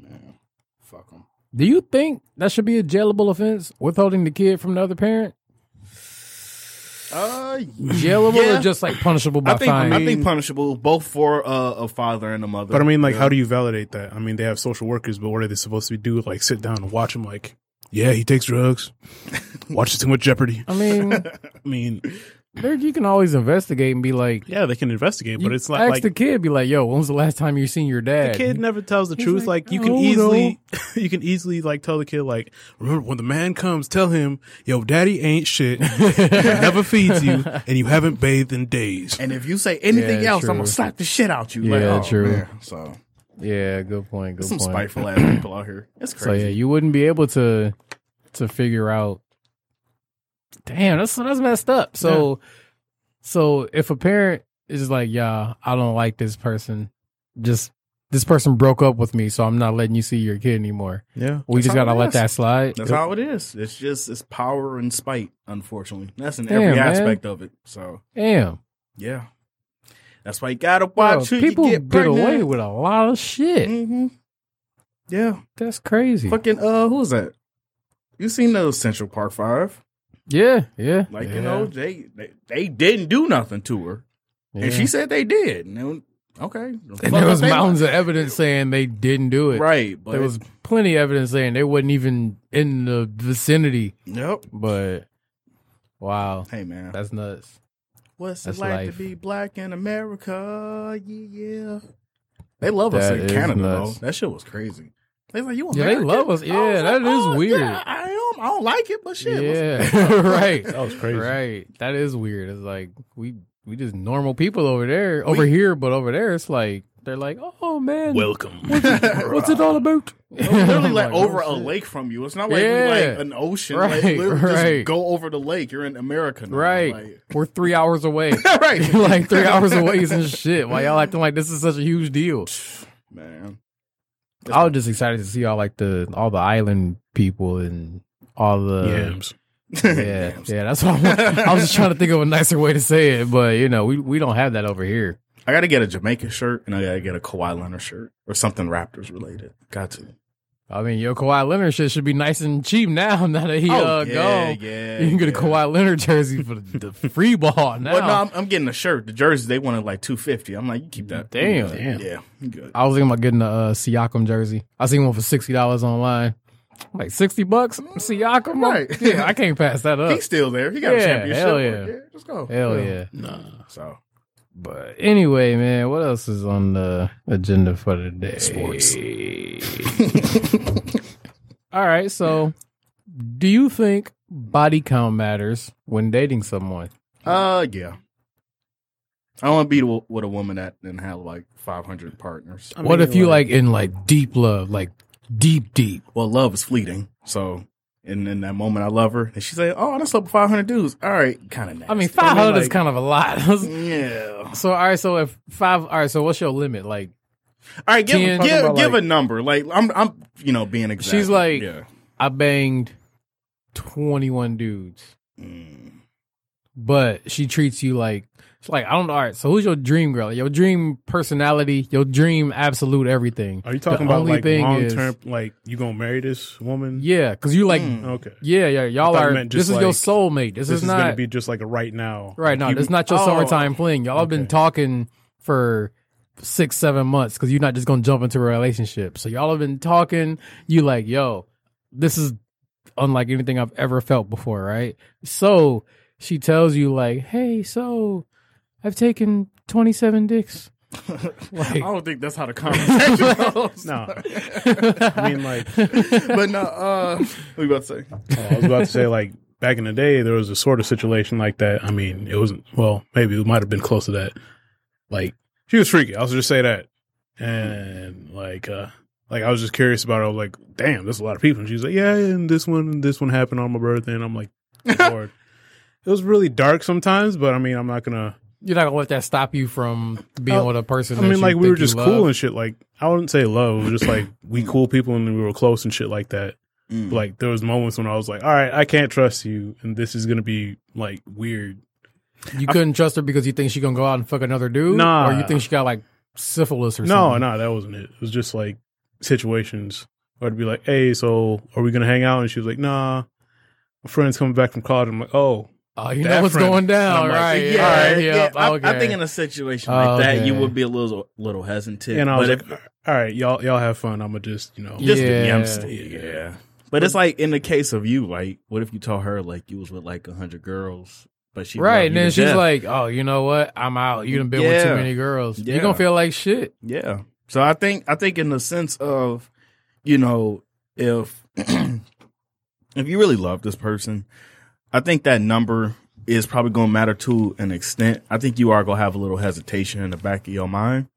Speaker 5: Fuck him.
Speaker 2: Do you think that should be a jailable offense? Withholding the kid from the other parent,
Speaker 5: Uh,
Speaker 2: jailable
Speaker 5: Yeah.
Speaker 2: or just like punishable by
Speaker 5: I think
Speaker 2: fine?
Speaker 5: I think punishable both for uh, a father and a mother.
Speaker 3: But I mean, like, how do you validate that? I mean, they have social workers, but what are they supposed to do? Like, sit down and watch him. Like, yeah, he takes drugs. Watches too much Jeopardy.
Speaker 2: I mean,
Speaker 3: I mean,
Speaker 2: there- you can always investigate and be like,
Speaker 3: yeah, they can investigate, but
Speaker 2: you
Speaker 3: it's not
Speaker 2: ask
Speaker 3: like
Speaker 2: the kid, be like, yo, when was the last time you seen your dad?
Speaker 3: the kid never tells the
Speaker 2: He's
Speaker 3: truth.
Speaker 2: like,
Speaker 3: Like, you
Speaker 2: I
Speaker 3: can
Speaker 2: don't
Speaker 3: easily, you can easily like tell the kid like, remember when the man comes, tell him, yo, daddy ain't shit, he never feeds you, and you haven't bathed in days.
Speaker 5: And if you say anything
Speaker 2: Yeah,
Speaker 5: else, I'm
Speaker 2: true.
Speaker 5: gonna slap the shit out you.
Speaker 2: Yeah,
Speaker 5: like, oh,
Speaker 2: true.
Speaker 5: man. So
Speaker 2: Yeah, good point. Good
Speaker 5: some
Speaker 2: point.
Speaker 5: spiteful ass people out here. It's
Speaker 2: So yeah,
Speaker 5: crazy.
Speaker 2: you wouldn't be able to to figure out. Damn, that's that's messed up. So, so if a parent is like, "Yeah, I don't like this person. Just this person broke up with me, so I'm not letting you see your kid anymore.
Speaker 3: Yeah,
Speaker 2: We
Speaker 5: That's
Speaker 2: just
Speaker 5: how
Speaker 2: gotta
Speaker 5: it
Speaker 2: let
Speaker 5: is.
Speaker 2: that slide."
Speaker 5: That's how it is. It's just it's power and spite. Unfortunately, that's in
Speaker 2: Damn,
Speaker 5: every
Speaker 2: man.
Speaker 5: aspect of it. So
Speaker 2: Damn,
Speaker 5: yeah, that's why you gotta
Speaker 2: Bro,
Speaker 5: watch who
Speaker 2: people
Speaker 5: you
Speaker 2: get,
Speaker 5: get pregnant.
Speaker 2: away with a lot of shit.
Speaker 5: hmm Yeah,
Speaker 2: That's crazy.
Speaker 5: fucking uh, who's that? You seen those Central Park Five?
Speaker 2: Yeah, yeah.
Speaker 5: Like
Speaker 2: yeah,
Speaker 5: you know, they, they they didn't do nothing to her,
Speaker 2: yeah.
Speaker 5: and she said they did. And then, okay,
Speaker 2: And there was mountains of evidence saying they didn't do it.
Speaker 5: right? But
Speaker 2: There was plenty of evidence saying they wasn't even in the vicinity.
Speaker 5: yep.
Speaker 2: But wow,
Speaker 5: Hey man,
Speaker 2: that's nuts.
Speaker 5: What's
Speaker 2: That's
Speaker 5: it like
Speaker 2: life.
Speaker 5: to be black in America? Yeah, yeah. They love us
Speaker 2: That
Speaker 5: in
Speaker 2: is
Speaker 5: Canada,
Speaker 2: nuts.
Speaker 5: though. That shit was crazy. They like you.
Speaker 2: Yeah, they
Speaker 5: American?
Speaker 2: love us.
Speaker 5: I
Speaker 2: Yeah,
Speaker 5: was "Oh,
Speaker 2: that is weird.
Speaker 5: yeah, I am. I don't like it, but shit. what's-
Speaker 2: yeah, right,
Speaker 3: that was crazy.
Speaker 2: right. That is weird. It's like we we just normal people over there, over here, but over there, it's like they're like, oh man,
Speaker 3: Welcome.
Speaker 2: what's it all about?
Speaker 5: It was literally like,
Speaker 2: I'm
Speaker 5: over
Speaker 2: oh,
Speaker 5: a
Speaker 2: shit.
Speaker 5: lake from you. It's not like
Speaker 2: Yeah.
Speaker 5: we like an ocean. Like,
Speaker 2: Right,
Speaker 5: literally
Speaker 2: right.
Speaker 5: Just go over the lake. You're in America, now.
Speaker 2: Right, we're three hours away.
Speaker 5: Like, right,
Speaker 2: like three hours away is and shit. Why y'all acting like this is such a huge deal?
Speaker 5: man.
Speaker 2: I was just excited to see all like the all the island people and all the
Speaker 3: Yams.
Speaker 2: Yeah, yeah, that's what I, I was just trying to think of a nicer way to say it, but you know, we, we don't have that over here.
Speaker 5: I gotta get a Jamaica shirt and I gotta get a Kawhi Leonard shirt or something Raptors related. Got to.
Speaker 2: I mean, your Kawhi Leonard shit should be nice and cheap now. Now that he uh, gone,
Speaker 5: Oh, yeah.
Speaker 2: you can get a
Speaker 5: yeah.
Speaker 2: Kawhi Leonard jersey for the, the free ball now.
Speaker 5: Well, no, I'm, I'm getting a shirt. The jersey they wanted like two fifty. I'm like, you keep that.
Speaker 2: Damn.
Speaker 5: damn. Yeah, you good.
Speaker 2: I was thinking about getting a uh, Siakam jersey. I seen one for sixty dollars online. I'm like sixty bucks, Siakam.
Speaker 5: Right.
Speaker 2: Yeah, I can't pass that up.
Speaker 5: He's still there. He got
Speaker 2: Yeah,
Speaker 5: a championship.
Speaker 2: hell
Speaker 5: Like,
Speaker 2: yeah.
Speaker 5: let's go.
Speaker 2: Hell yeah.
Speaker 5: So
Speaker 2: But anyway, man, what else is on the agenda for today? Sports. All right, so do you think body count matters when dating someone?
Speaker 5: uh yeah. I want to be the- with a woman that didn't have like five hundred partners.
Speaker 2: what if you like in like deep love, like deep deep?
Speaker 5: Well, love is fleeting. So, and in that moment, I love her, and she's like, "Oh, I slept with five hundred dudes. All right, kind of nasty."
Speaker 2: I mean, 500 is
Speaker 5: like-
Speaker 2: kind of a lot.
Speaker 5: yeah.
Speaker 2: so all right, so if 5 all right, so what's your limit? Like
Speaker 5: All right, give
Speaker 2: Ten.
Speaker 5: give,
Speaker 2: Talking about,
Speaker 5: give
Speaker 2: like-
Speaker 5: a number. Like I'm I'm you know being exact.
Speaker 2: She's like-
Speaker 5: yeah.
Speaker 2: I banged 21 dudes.
Speaker 5: Mm.
Speaker 2: but she treats you like it's like I don't know. All right, so who's your dream girl? Your dream personality, your dream absolute everything.
Speaker 3: Are you talking
Speaker 2: The
Speaker 3: about
Speaker 2: only
Speaker 3: like
Speaker 2: thing
Speaker 3: long
Speaker 2: is-
Speaker 3: term? Like you gonna marry this woman?
Speaker 2: Yeah, because you like
Speaker 5: Mm.
Speaker 3: Okay.
Speaker 2: yeah yeah y'all
Speaker 3: I thought you
Speaker 2: are.
Speaker 3: meant
Speaker 2: This
Speaker 3: just
Speaker 2: is your
Speaker 3: like,
Speaker 2: soulmate. This,
Speaker 3: This,
Speaker 2: is,
Speaker 3: is,
Speaker 2: not
Speaker 3: gonna be just like a right now.
Speaker 2: right now.
Speaker 3: You-
Speaker 2: This is not your
Speaker 5: Oh.
Speaker 2: summertime fling. Y'all have been
Speaker 3: Okay.
Speaker 2: talking for six seven months because you're not just gonna jump into a relationship. So y'all have been talking. You like yo, this is unlike anything I've ever felt before. Right. So she tells you like, hey, so I've taken twenty seven dicks.
Speaker 5: I
Speaker 3: Oh.
Speaker 5: don't think that's how the conversation goes.
Speaker 3: No,
Speaker 2: I
Speaker 3: I mean like
Speaker 5: but no. Uh, what you about to say?
Speaker 3: I was about to say like back in the day there was a sort of situation like that. I mean it wasn't well maybe it might have been close to that. Like she was freaky. I'll just say that. And like uh like I was just curious about it. I was like, damn, there's a lot of people. And she was like, yeah, and this one and this one happened on my birthday. And I'm like, Lord. It was really dark sometimes, but I mean, I'm not gonna.
Speaker 2: You're not gonna let that stop you from being
Speaker 3: Uh,
Speaker 2: with a person.
Speaker 3: I
Speaker 2: that
Speaker 3: mean,
Speaker 2: you
Speaker 3: like we were
Speaker 2: think you
Speaker 3: just
Speaker 2: love. Mm.
Speaker 3: cool and shit. Like I wouldn't say love. It was just like we cool people and we were close and shit like that.
Speaker 5: Mm.
Speaker 3: like there was moments when I was like, all right, I can't trust you, and this is gonna be like weird.
Speaker 2: You couldn't trust her because you think she gonna go out and fuck another dude.
Speaker 3: Nah.
Speaker 2: or you think she got like syphilis or
Speaker 3: No,
Speaker 2: something.
Speaker 3: no, that wasn't it. It was just like situations where I'd be like, hey, so are we gonna hang out? And she was like, nah, my friend's coming back from college. I'm like, oh,
Speaker 2: Oh, you
Speaker 3: That
Speaker 2: know what's
Speaker 3: friend.
Speaker 2: going down,
Speaker 3: I'm like,
Speaker 2: right?
Speaker 5: Yeah, yeah.
Speaker 2: yep,
Speaker 5: I,
Speaker 2: okay.
Speaker 5: I think in a situation
Speaker 2: Oh,
Speaker 5: like that, you
Speaker 2: okay.
Speaker 5: would be a little little hesitant.
Speaker 3: and I was
Speaker 5: but
Speaker 3: like, all right, y'all, y'all have fun. I'm gonna just, you know,
Speaker 5: if, just
Speaker 2: Yeah.
Speaker 5: yeah. yeah. But it's like in the case of you, like, what if you told her like you was with like a hundred girls, but she loved
Speaker 2: right, and
Speaker 5: you
Speaker 2: then
Speaker 5: to
Speaker 2: she's
Speaker 5: death?
Speaker 2: like, "Oh, you know what? I'm out. You done been with too
Speaker 5: Yeah.
Speaker 2: many girls. You're
Speaker 5: Yeah.
Speaker 2: gonna feel like shit."
Speaker 5: Yeah. So I think I think in the sense of, you know, if if you really love this person, I think that number is probably going to matter to an extent. I think you are going to have a little hesitation in the back of your mind.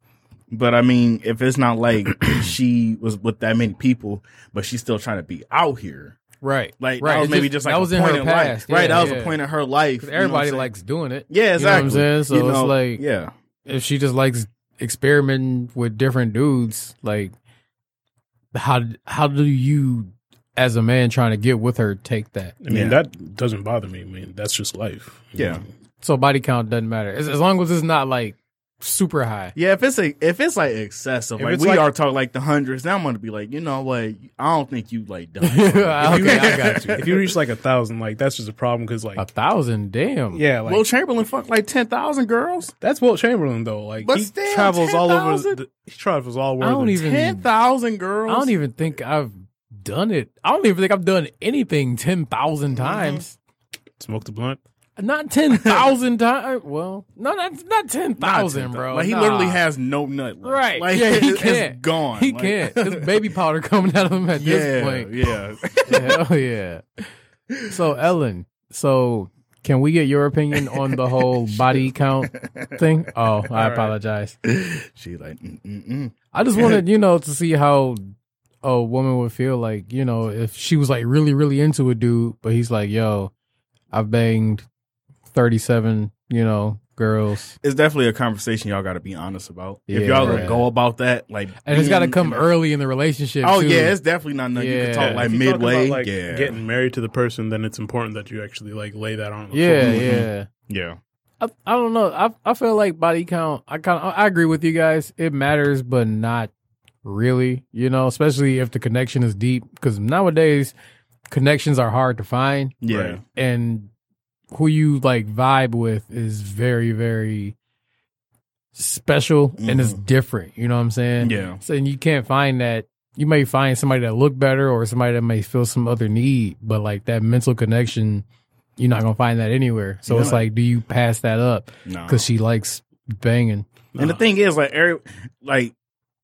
Speaker 5: But I mean, if it's not like she was with that many people, but she's still trying to be out here,
Speaker 2: Right,
Speaker 5: like
Speaker 2: right.
Speaker 5: that was
Speaker 2: It's
Speaker 5: maybe
Speaker 2: just-
Speaker 5: just, like a
Speaker 2: was in
Speaker 5: point
Speaker 2: her
Speaker 5: in
Speaker 2: past,
Speaker 5: life,
Speaker 2: yeah,
Speaker 5: right? That was
Speaker 2: yeah.
Speaker 5: a point in her life.
Speaker 2: 'Cause
Speaker 5: you know what I'm
Speaker 2: Everybody
Speaker 5: saying?
Speaker 2: likes doing it.
Speaker 5: yeah,
Speaker 2: you know what I'm
Speaker 5: exactly.
Speaker 2: saying? So
Speaker 5: You
Speaker 2: it's
Speaker 5: know,
Speaker 2: like-
Speaker 5: yeah,
Speaker 2: If she just likes experimenting with different dudes, like how how do you, as a man trying to get with her, take that?
Speaker 3: I mean,
Speaker 5: Yeah.
Speaker 3: that doesn't bother me. I mean, that's just life.
Speaker 5: yeah.
Speaker 2: So body count doesn't matter as, as long as it's not like super high.
Speaker 5: Yeah, if it's a, if it's like excessive,
Speaker 3: If
Speaker 5: like
Speaker 3: it's
Speaker 5: we
Speaker 3: like-
Speaker 5: are talking like the hundreds, now I'm gonna be like, you know what? I don't think you like done.
Speaker 2: okay, I got you.
Speaker 3: if you reach like a thousand, like that's just a problem because like,
Speaker 2: A thousand, damn.
Speaker 3: yeah, like
Speaker 5: Will Chamberlain fucked like ten thousand girls.
Speaker 3: that's Wilt Chamberlain though. Like
Speaker 5: But
Speaker 3: he
Speaker 5: still,
Speaker 3: travels all over.
Speaker 5: 10,000?
Speaker 3: The, he travels all over.
Speaker 2: I don't
Speaker 3: the
Speaker 2: even.
Speaker 5: Ten thousand girls.
Speaker 2: Hmm. I don't even think I've done it. I don't even think I've done anything ten thousand
Speaker 5: Mm-hmm.
Speaker 2: times.
Speaker 3: smoke the blunt.
Speaker 2: Not ten thousand times. Well, no, not not ten thousand, bro.
Speaker 5: Like he
Speaker 2: Nah.
Speaker 5: literally has no nut. Left.
Speaker 2: Right.
Speaker 5: Like
Speaker 2: Yeah, he
Speaker 5: it's-
Speaker 2: can't.
Speaker 5: It's gone.
Speaker 2: He
Speaker 5: Like-
Speaker 2: can't. There's baby powder coming out of him at
Speaker 5: yeah.
Speaker 2: this point.
Speaker 5: Yeah.
Speaker 2: Hell yeah. So Ellen, so can we get your opinion on the whole body count thing? Oh, I apologize.
Speaker 5: She's like, mm, mm, mm.
Speaker 2: I just wanted, you know, to see how a woman would feel like, you know, if she was like really, really into a dude, but he's like, yo, I've banged 37, you know, girls.
Speaker 5: it's definitely a conversation y'all got to be honest about. if
Speaker 2: Yeah,
Speaker 5: y'all gonna
Speaker 2: right.
Speaker 5: go about that, like,
Speaker 2: And it's got to
Speaker 5: being
Speaker 2: come
Speaker 5: in a-
Speaker 2: early in the relationship.
Speaker 5: Oh
Speaker 2: too.
Speaker 5: yeah, it's definitely not nothing you can
Speaker 2: Yeah.
Speaker 5: talk like
Speaker 3: If you talk about,
Speaker 5: midway.
Speaker 3: like,
Speaker 5: yeah.
Speaker 3: getting married to the person, then it's important that you actually like lay that on. the
Speaker 2: Yeah,
Speaker 3: floor.
Speaker 2: yeah.
Speaker 5: yeah.
Speaker 2: I, I don't know. I I feel like body count. I kind of I agree with you guys. It matters, but not really. You know, especially if the connection is deep. Because nowadays, connections are hard to find,
Speaker 5: Yeah.
Speaker 3: Right.
Speaker 2: and who you like vibe with is very very special and it's
Speaker 5: Mhm.
Speaker 2: different. You know what I'm saying?
Speaker 5: Yeah.
Speaker 2: So and you can't find that. You may find somebody that look better or somebody that may feel some other need, but like that mental connection, you're not gonna find that anywhere. So
Speaker 5: You're
Speaker 2: it's
Speaker 5: not.
Speaker 2: like, do you pass that up
Speaker 5: No.
Speaker 2: because she likes banging?
Speaker 5: And the thing is, like, every, like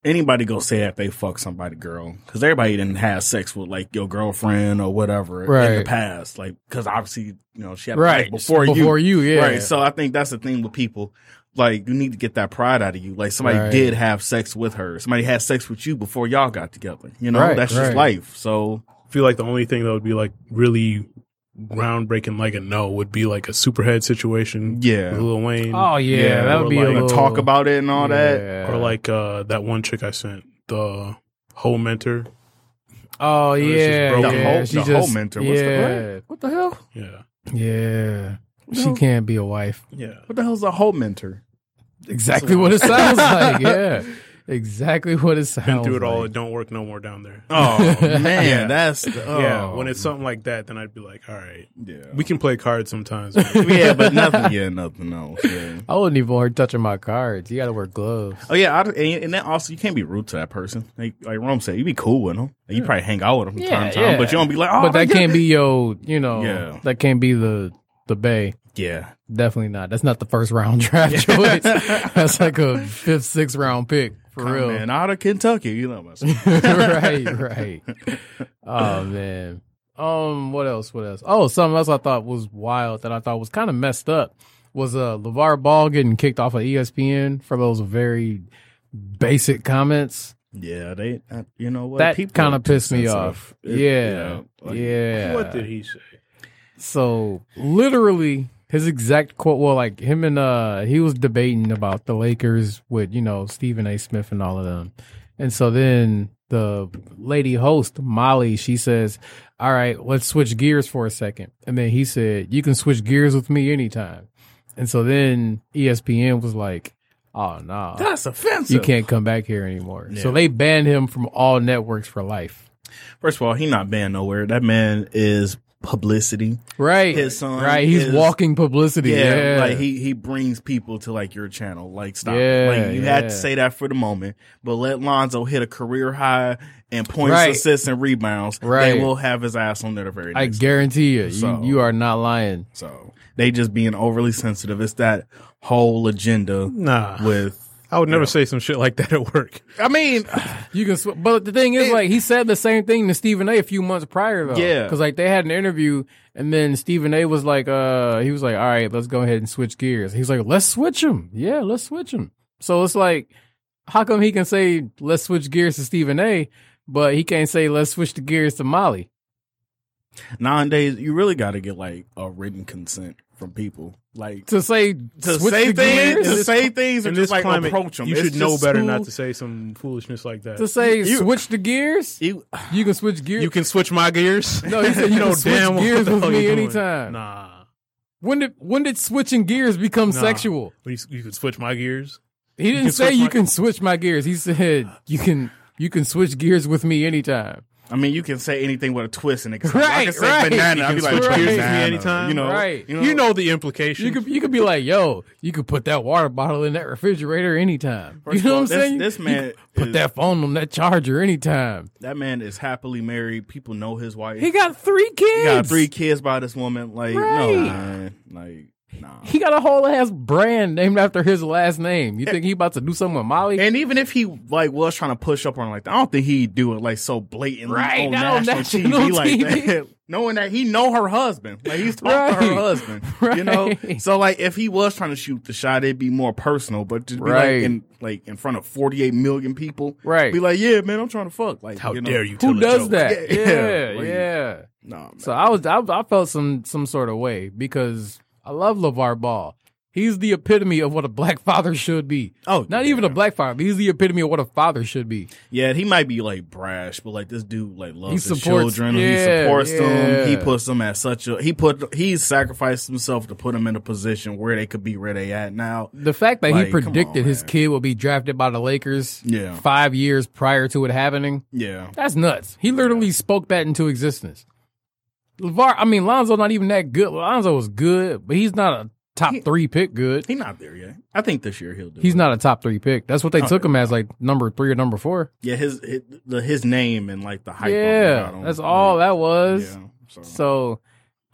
Speaker 5: anybody go say that they fuck somebody girl because everybody didn't have sex with like your girlfriend or whatever in
Speaker 2: Right.
Speaker 5: the past, like because obviously you know she had
Speaker 2: Right
Speaker 5: right before,
Speaker 2: before you,
Speaker 5: you,
Speaker 2: yeah.
Speaker 5: right. So I think that's the thing with people. Like you need to get that pride out of you. Like somebody
Speaker 2: Right.
Speaker 5: did have sex with her. Somebody had sex with you before y'all got together. You know
Speaker 2: Right,
Speaker 5: that's
Speaker 2: right.
Speaker 5: just life. So
Speaker 3: I feel like the only thing that would be like really groundbreaking, like a no, would be like a superhead situation. With
Speaker 5: yeah,
Speaker 3: Lil Wayne.
Speaker 2: oh yeah,
Speaker 3: Yeah,
Speaker 2: that
Speaker 3: or
Speaker 2: would be a
Speaker 3: like-
Speaker 2: little,
Speaker 5: talk about it and all that.
Speaker 2: Yeah.
Speaker 3: Or like uh, that one chick I sent, the whole mentor.
Speaker 2: oh
Speaker 3: she's
Speaker 2: yeah,
Speaker 3: broken.
Speaker 2: yeah.
Speaker 5: The whole-
Speaker 2: she
Speaker 5: the whole
Speaker 2: just
Speaker 5: mentor. What's the-
Speaker 2: yeah,
Speaker 5: What the hell?
Speaker 3: Yeah.
Speaker 2: yeah. She can't be a wife.
Speaker 3: Yeah.
Speaker 5: What the hell's a whole mentor?
Speaker 2: Exactly what it sounds like. Yeah. Exactly what it sounds
Speaker 3: Been through it all.
Speaker 2: like.
Speaker 3: It don't work no more down there.
Speaker 5: Oh man, that's the, oh.
Speaker 3: yeah. When it's something like that, then I'd be like, all right,
Speaker 5: yeah.
Speaker 3: we can play cards sometimes.
Speaker 5: yeah, but nothing. Yeah, nothing else. Yeah.
Speaker 2: I wouldn't even want her touching my cards. You got to wear gloves.
Speaker 5: Oh yeah, I, and, and then also you can't be rude to that person. Like, like Rome said, you be cool with them. Like, you probably hang out with them from
Speaker 2: Yeah,
Speaker 5: time to time,
Speaker 2: yeah.
Speaker 5: but you don't be like, oh,
Speaker 2: but that
Speaker 5: yeah.
Speaker 2: can't be your, you know,
Speaker 5: Yeah.
Speaker 2: that can't be the the bay.
Speaker 5: Yeah,
Speaker 2: Definitely not. That's not the first round draft choice. That's like a fifth, sixth round pick for real.
Speaker 5: man, out of Kentucky, you know. What I'm
Speaker 2: right, right. Oh man. Um, what else? What else? Oh, something else I thought was wild that I thought was kind of messed up was uh LeVar Ball getting kicked off of E ESPN for those very basic comments.
Speaker 5: yeah, they. Uh, you know what?
Speaker 2: that
Speaker 5: people
Speaker 2: kind
Speaker 5: are
Speaker 2: of
Speaker 5: too
Speaker 2: pissed me
Speaker 5: sensitive.
Speaker 2: off.
Speaker 5: It-
Speaker 2: yeah,
Speaker 5: you know, like,
Speaker 2: yeah.
Speaker 3: What did he say?
Speaker 2: So literally his exact quote well like him and uh he was debating about the Lakers with, you know, Stephen A. Smith and all of them. And so then the lady host, Molly, she says, All right, let's switch gears for a second. And then he said, You can switch gears with me anytime. And so then E ESPN was like, Oh no.
Speaker 5: That's offensive.
Speaker 2: you can't come back here anymore. So
Speaker 5: Yeah.
Speaker 2: they banned him from all networks for life.
Speaker 5: First of all, he not banned nowhere. That man is publicity.
Speaker 2: Right.
Speaker 5: His son
Speaker 2: right. He's
Speaker 5: is-
Speaker 2: walking publicity.
Speaker 5: Yeah,
Speaker 2: Yeah.
Speaker 5: like he he brings people to like your channel. Like stop.
Speaker 2: Yeah,
Speaker 5: like you had to
Speaker 2: yeah.
Speaker 5: say that for the moment, but let Lonzo hit a career high and points,
Speaker 2: Right.
Speaker 5: assists, and rebounds.
Speaker 2: Right.
Speaker 5: they will have his ass on there the very
Speaker 2: I
Speaker 5: next.
Speaker 2: guarantee you,
Speaker 5: So-
Speaker 2: you, you are not lying.
Speaker 5: so they just being overly sensitive. It's that whole agenda
Speaker 3: Nah.
Speaker 5: with.
Speaker 3: I would never say some shit like that at work.
Speaker 5: I mean,
Speaker 2: You can, sw- but the thing is, like he said the same thing to Stephen A. a few months prior, though.
Speaker 5: Yeah.
Speaker 2: because like they had an interview, and then Stephen A. was like, uh, he was like, all right, let's go ahead and switch gears. He's like, let's switch him. Yeah, let's switch him. So it's like, how come he can say let's switch gears to Stephen A. But he can't say let's switch the gears to Molly.
Speaker 5: nowadays you really got to get like a written consent from people. Like
Speaker 2: To say
Speaker 5: to
Speaker 2: switch
Speaker 5: say
Speaker 2: the
Speaker 5: things, to
Speaker 2: gears,
Speaker 5: say things,
Speaker 3: In
Speaker 5: and
Speaker 3: this
Speaker 5: just like
Speaker 3: climate,
Speaker 5: approach them.
Speaker 3: you should know better not to say some foolishness like that.
Speaker 2: to say
Speaker 5: You-
Speaker 2: switch the gears.
Speaker 5: You,
Speaker 2: You can switch gears.
Speaker 3: You can switch my gears.
Speaker 2: No, he said you can switch
Speaker 3: well
Speaker 2: gears
Speaker 3: what the
Speaker 2: with
Speaker 3: hell
Speaker 2: me
Speaker 3: you doing.
Speaker 2: anytime.
Speaker 3: Nah,
Speaker 2: When did when did switching gears become
Speaker 3: Nah.
Speaker 2: sexual?
Speaker 3: But you, you can switch my gears.
Speaker 2: He didn't
Speaker 3: can
Speaker 2: say
Speaker 3: switch
Speaker 2: you
Speaker 3: my-
Speaker 2: can switch my gears. He said you can you can switch gears with me anytime.
Speaker 5: I mean, you can say anything with a twist and it. I
Speaker 2: Right,
Speaker 5: can say
Speaker 2: right.
Speaker 5: banana. I'd
Speaker 2: You
Speaker 5: be
Speaker 2: can
Speaker 5: like,
Speaker 2: switch gears
Speaker 5: banana,
Speaker 2: with me
Speaker 3: anytime.
Speaker 5: You know,
Speaker 2: Right.
Speaker 5: You
Speaker 3: You
Speaker 5: know,
Speaker 3: know, the implications.
Speaker 2: You could you could be like, yo, you could put that water bottle in that refrigerator anytime.
Speaker 5: First
Speaker 2: you know
Speaker 5: of all,
Speaker 2: what I'm
Speaker 5: this-
Speaker 2: saying?
Speaker 5: This
Speaker 2: You
Speaker 5: man,
Speaker 2: could put
Speaker 5: is-
Speaker 2: that phone on that charger anytime.
Speaker 5: that man is happily married. People know his wife.
Speaker 2: He got three kids.
Speaker 5: He got three kids by this woman. Like,
Speaker 2: Right.
Speaker 5: no, man. Like, nah.
Speaker 2: He got a whole ass brand named after his last name. You think he about to do something with Molly?
Speaker 5: Eh. And even if he like was trying to push up on her like that, I don't think he'd do it like so blatantly
Speaker 2: Right,
Speaker 5: on
Speaker 2: not on
Speaker 5: national,
Speaker 2: national
Speaker 5: TV, like
Speaker 2: TV.
Speaker 5: that. Knowing that he know her husband, like he's talking to her
Speaker 2: Right.
Speaker 5: husband, you know.
Speaker 2: Right.
Speaker 5: So like if he was trying to shoot the shot, it'd be more personal. But to be
Speaker 2: Right.
Speaker 5: like in like in front of forty eight million people,
Speaker 2: Right.
Speaker 5: Be like, yeah, man, I'm trying to fuck. Like,
Speaker 3: How
Speaker 5: you know,
Speaker 3: dare you?
Speaker 2: Who
Speaker 3: tell a
Speaker 2: does
Speaker 3: joke.
Speaker 2: that?
Speaker 5: Yeah,
Speaker 2: Yeah,
Speaker 5: like-
Speaker 2: yeah.
Speaker 5: No, man.
Speaker 2: So I was I, I felt some some sort of way because I love LeVar Ball. He's the epitome of what a black father should be.
Speaker 5: Oh,
Speaker 2: not
Speaker 5: yeah.
Speaker 2: even a black father. but He's the epitome of what a father should be.
Speaker 5: Yeah, he might be like brash, but like this dude like loves
Speaker 2: He
Speaker 5: his
Speaker 2: supports-
Speaker 5: children. he
Speaker 2: yeah,
Speaker 5: supports them. He
Speaker 2: yeah.
Speaker 5: puts them at such a he put he sacrificed himself to put them in a position where they could be where they at now.
Speaker 2: The fact that
Speaker 5: Like,
Speaker 2: he
Speaker 5: come
Speaker 2: predicted
Speaker 5: on,
Speaker 2: his
Speaker 5: man.
Speaker 2: kid would be drafted by the Lakers
Speaker 5: Yeah.
Speaker 2: five years prior to it happening,
Speaker 5: Yeah.
Speaker 2: that's nuts. He literally spoke that into existence. LeVar, I mean, Lonzo not even that good. Lonzo was good, but he's not a top three pick good.
Speaker 5: He not there yet. I think this year he'll do.
Speaker 2: He's
Speaker 5: it.
Speaker 2: not a top three pick. That's what
Speaker 5: Oh,
Speaker 2: they took him as, like number three or number four.
Speaker 5: Yeah, his his, the, his name and like the hype.
Speaker 2: Yeah, that's all that was.
Speaker 5: Yeah. So,
Speaker 2: So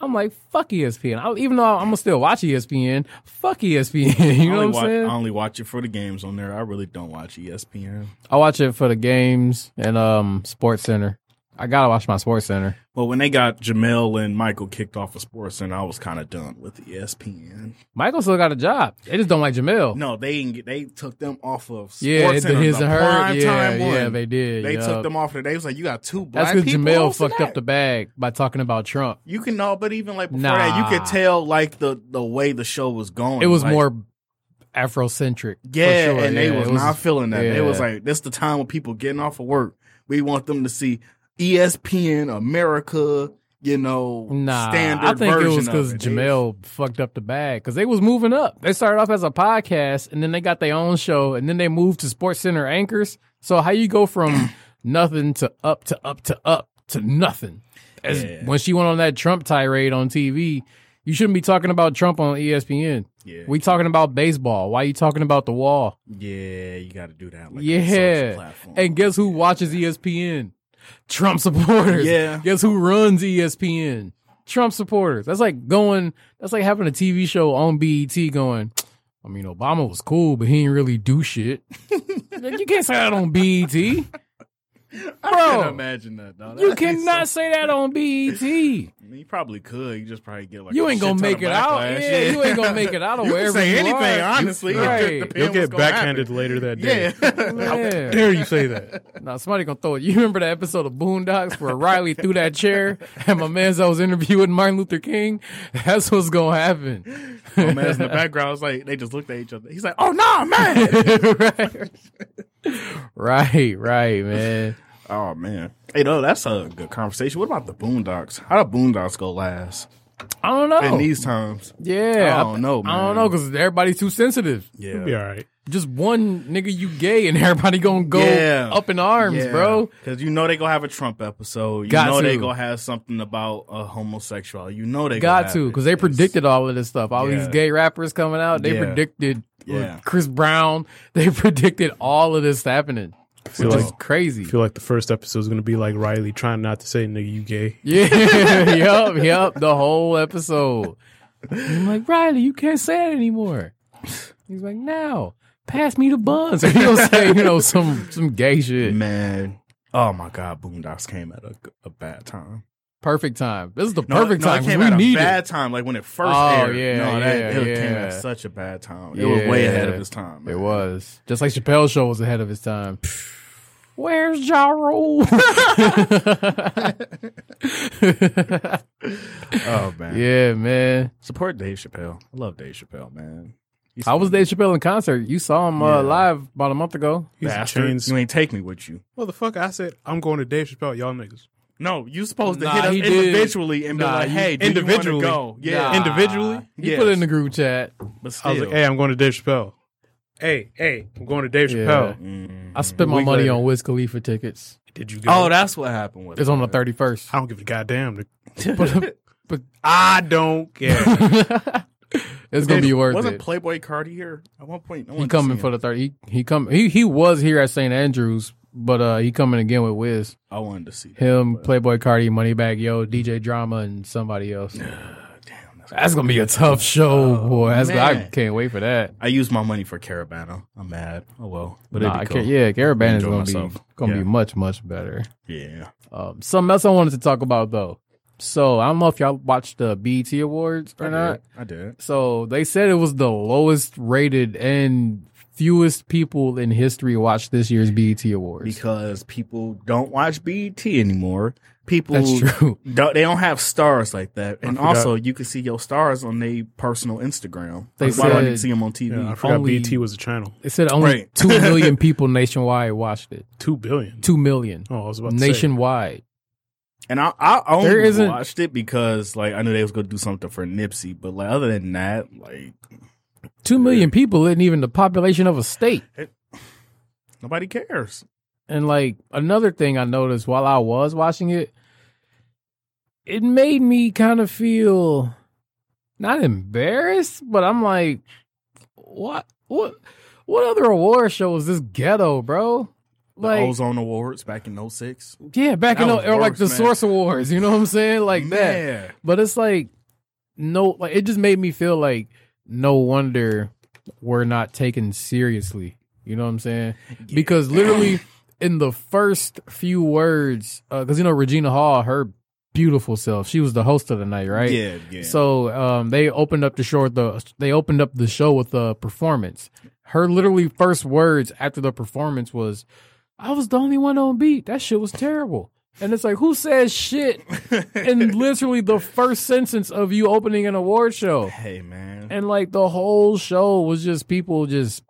Speaker 2: I'm like, fuck E ESPN. I, even though I'm gonna still watch E ESPN, fuck E ESPN.
Speaker 5: I
Speaker 2: you
Speaker 5: only
Speaker 2: know what I'm
Speaker 5: watch, um,
Speaker 2: saying?
Speaker 5: I only watch it for the games on there. I really don't watch E ESPN.
Speaker 2: I watch it for the games and um Sports Center. I gotta watch my Sports Center.
Speaker 5: Well, when they got Jamel and Michael kicked off of sports, and I was kind of done with E ESPN.
Speaker 2: Michael still got a job. They just don't like Jamil.
Speaker 5: No, they didn't get. They took them off of.
Speaker 2: yeah,
Speaker 5: Sports
Speaker 2: the his and her. Yeah, yeah, they did.
Speaker 5: They
Speaker 2: yup.
Speaker 5: took them off. of it. They was like, you got two black
Speaker 2: That's because
Speaker 5: people.
Speaker 2: Jamil
Speaker 5: hosting
Speaker 2: fucked
Speaker 5: that?
Speaker 2: up the bag by talking about Trump.
Speaker 5: You can know, but even like before
Speaker 2: Nah.
Speaker 5: that, you could tell like the the way the show was going.
Speaker 2: It was
Speaker 5: Oh, Like,
Speaker 2: more Afrocentric. for
Speaker 5: Yeah,
Speaker 2: sure.
Speaker 5: and they
Speaker 2: Yeah,
Speaker 5: was,
Speaker 2: it
Speaker 5: not feeling that. It was
Speaker 2: yeah.
Speaker 5: like this the E time when people getting off of work. We want them to see ESPN America you know,
Speaker 2: Nah,
Speaker 5: standard
Speaker 2: I think it
Speaker 5: version
Speaker 2: was because
Speaker 5: of it.
Speaker 2: Jamel fucked up the bag because they was moving up. They started off as a podcast and then they got their own show and then they moved to Sports Center anchors. So how you go from nothing to up to up to up to nothing? As
Speaker 5: Yeah.
Speaker 2: when she went on that Trump tirade on TV, you shouldn't be talking about Trump on E ESPN.
Speaker 5: Yeah.
Speaker 2: We talking about baseball. Why you talking about the wall?
Speaker 5: Yeah, you got to do that. Like yeah,
Speaker 2: yeah. And guess who watches E ESPN? Trump supporters.
Speaker 5: Yeah.
Speaker 2: Guess who runs E ESPN? Trump supporters. That's like going, that's like having a TV show on BET going, I mean, Obama was cool, but he didn't really do shit. Like, you can't say that on BET.
Speaker 5: I can't
Speaker 2: Bro,
Speaker 5: imagine that. Dog.
Speaker 2: You
Speaker 5: That'd be
Speaker 2: cannot
Speaker 5: so-
Speaker 2: say that on BET. You
Speaker 5: I mean, you probably could. You just probably get like a
Speaker 2: ain't
Speaker 5: shit ton
Speaker 2: gonna make
Speaker 5: of
Speaker 2: it out.
Speaker 5: backlash.
Speaker 2: Yeah, you ain't gonna make it out of
Speaker 5: You can
Speaker 2: wherever
Speaker 5: say
Speaker 2: you
Speaker 5: anything,
Speaker 2: are.
Speaker 5: honestly. It just
Speaker 2: Right.
Speaker 5: depends
Speaker 3: You'll
Speaker 5: what's
Speaker 3: get
Speaker 5: gonna happen.
Speaker 3: backhanded later that day.
Speaker 5: Yeah.
Speaker 2: Yeah.
Speaker 3: Dare you say that?
Speaker 2: Now somebody gonna throw it. You remember that episode of Boondocks where Riley threw that chair and my man's I was interviewing Martin Luther King? That's what's gonna happen.
Speaker 5: Oh, man, in the background, it's like they just looked at each other. He's like, "Oh no, man!"
Speaker 2: right. right, right, man.
Speaker 5: oh man. Hey, no, that's a good conversation. What about the Boondocks? How do Boondocks go last
Speaker 2: I don't know.
Speaker 5: in these times?
Speaker 2: yeah,
Speaker 5: I don't know,
Speaker 2: I don't
Speaker 5: man.
Speaker 2: know because everybody's too sensitive.
Speaker 5: Yeah,
Speaker 3: Be all right.
Speaker 2: Just one nigga, you gay, and everybody gonna go
Speaker 5: Yeah.
Speaker 2: up in arms, bro.
Speaker 5: Because you know they gonna have a Trump episode. You
Speaker 2: Got
Speaker 5: know they
Speaker 2: to.
Speaker 5: gonna have something about a homosexual. You know they gonna
Speaker 2: Got
Speaker 5: have
Speaker 2: to
Speaker 5: it.
Speaker 2: because they
Speaker 5: It's-
Speaker 2: predicted all of this stuff. All
Speaker 5: Yeah.
Speaker 2: these gay rappers coming out, they
Speaker 5: Yeah.
Speaker 2: predicted
Speaker 5: Yeah.
Speaker 2: Chris Brown. They predicted all of this happening,
Speaker 3: feel
Speaker 2: which
Speaker 3: like-
Speaker 2: is crazy.
Speaker 3: I feel like the first episode is going to be like Riley trying not to say nigga you gay.
Speaker 2: Yeah, yep, yep. The whole episode. I'm like, Riley, you can't say that anymore. He's like, now, pass me the buns. And he'll say, you know, some some gay shit.
Speaker 5: man. Oh my God, Boondocks came at a, a bad time.
Speaker 2: Perfect time. This is the
Speaker 5: No,
Speaker 2: perfect
Speaker 5: no, it
Speaker 2: time. 'cause
Speaker 5: came
Speaker 2: we
Speaker 5: at
Speaker 2: need
Speaker 5: a
Speaker 2: it.
Speaker 5: bad time, like when it first
Speaker 2: Oh,
Speaker 5: aired.
Speaker 2: yeah,
Speaker 5: no, that,
Speaker 2: yeah,
Speaker 5: it came
Speaker 2: yeah.
Speaker 5: at such a bad time. It was way
Speaker 2: Yeah.
Speaker 5: ahead of its time.
Speaker 2: It
Speaker 5: man.
Speaker 2: was. Just like Chappelle's show was ahead of its time. Where's Ja Rule?
Speaker 5: Oh man,
Speaker 2: yeah, man.
Speaker 5: support Dave Chappelle. I love Dave Chappelle, man. He's
Speaker 2: I was
Speaker 5: funny.
Speaker 2: Dave Chappelle in concert. You saw him
Speaker 5: Yeah.
Speaker 2: uh, live about a month ago.
Speaker 3: He's a
Speaker 5: Bastard.
Speaker 3: chains-
Speaker 5: You ain't take me with you.
Speaker 3: Motherfucker, I said I'm going to Dave Chappelle, y'all niggas.
Speaker 5: No, you supposed to
Speaker 2: Nah,
Speaker 5: hit us
Speaker 2: he did.
Speaker 5: individually and be
Speaker 2: Nah,
Speaker 5: like,
Speaker 2: he-
Speaker 5: "Hey, do you wanna
Speaker 3: Individually.
Speaker 5: go?" Yeah,
Speaker 2: Nah.
Speaker 3: Individually?
Speaker 2: He
Speaker 5: Yes.
Speaker 2: put it in the group chat.
Speaker 5: but
Speaker 3: I was
Speaker 5: still.
Speaker 3: like, hey, I'm going to Dave Chappelle. Hey, hey, I'm going to Dave
Speaker 2: Yeah.
Speaker 3: Chappelle.
Speaker 5: Mm.
Speaker 2: I spent my
Speaker 3: Week
Speaker 2: money
Speaker 3: later.
Speaker 2: on Wiz Khalifa tickets.
Speaker 3: Did you go?
Speaker 5: Oh, that's what happened with
Speaker 2: It's on the thirty first.
Speaker 3: I don't give a goddamn.
Speaker 2: But, but
Speaker 3: I don't care.
Speaker 2: it's gonna be worth
Speaker 5: Wasn't
Speaker 2: it.
Speaker 5: Playboy Cardi here at one point?
Speaker 2: He coming for the thirty. He, he come. He he was here at St. Andrews, but uh, he coming again with Wiz,
Speaker 5: I wanted to see.
Speaker 2: him, Playboy Cardi, Moneybag Yo, DJ Drama, and somebody else.
Speaker 5: Damn, that's- Oh,
Speaker 2: That's gonna be a tough show, boy. That's I
Speaker 5: man.
Speaker 2: can't wait for that.
Speaker 5: I used my money for Caravana. I'm mad. Oh well, but
Speaker 2: Nah, I
Speaker 5: it'd be cool.
Speaker 2: can't- yeah, Caravan is
Speaker 5: Enjoy
Speaker 2: gonna be
Speaker 5: myself.
Speaker 2: gonna
Speaker 5: Yeah.
Speaker 2: be much much better.
Speaker 5: yeah.
Speaker 2: Um, something else I wanted to talk about though. So I don't know if y'all watched the BET Awards or
Speaker 5: I
Speaker 2: not.
Speaker 5: did. I did.
Speaker 2: So they said it was the lowest rated and fewest people in history watched this year's BET Awards.
Speaker 5: Because people don't watch BET anymore. People
Speaker 2: That's true.
Speaker 5: Don't, they don't have stars like that. And
Speaker 3: forgot.
Speaker 5: also, you can see your stars on their personal Instagram.
Speaker 2: They
Speaker 5: Like, why don't you
Speaker 2: said-
Speaker 5: see them on TV?
Speaker 3: Yeah, I forgot
Speaker 2: Only-
Speaker 3: BT was a channel.
Speaker 2: They said only
Speaker 5: Right.
Speaker 2: two million people nationwide watched it.
Speaker 3: Two billion.
Speaker 2: Two million
Speaker 3: Oh, I was about to say.
Speaker 2: nationwide.
Speaker 5: And I, I only
Speaker 2: There isn't-
Speaker 5: watched it because like I knew they was gonna do something for Nipsey, but like other than that, like
Speaker 2: Two million people isn't even the population of a state.
Speaker 5: nobody cares.
Speaker 2: And like another thing I noticed while I was watching it, it made me kind of feel not embarrassed, but I'm like, what, what, what other award show is this ghetto, bro?
Speaker 5: The
Speaker 2: Like,
Speaker 5: Ozone Awards back in 06.
Speaker 2: yeah, back
Speaker 5: that
Speaker 2: in
Speaker 5: was
Speaker 2: the, or like
Speaker 5: worse,
Speaker 2: the
Speaker 5: man.
Speaker 2: Source Awards, you know what I'm saying, like that.
Speaker 5: Man.
Speaker 2: But it's like, no, like it just made me feel like no wonder we're not taken seriously. You know what I'm saying? Because literally in the first few words, because you know Regina Hall, her beautiful self, she was the host of the night, right?
Speaker 5: Yeah, yeah.
Speaker 2: So um, they opened up the show. With the they opened up the show with a performance. Her literally first words after the performance was, "I was the only one on beat. That shit was terrible." And it's like, who says shit in literally the first sentence of you opening an award show?
Speaker 5: hey man.
Speaker 2: And like the whole show was just people just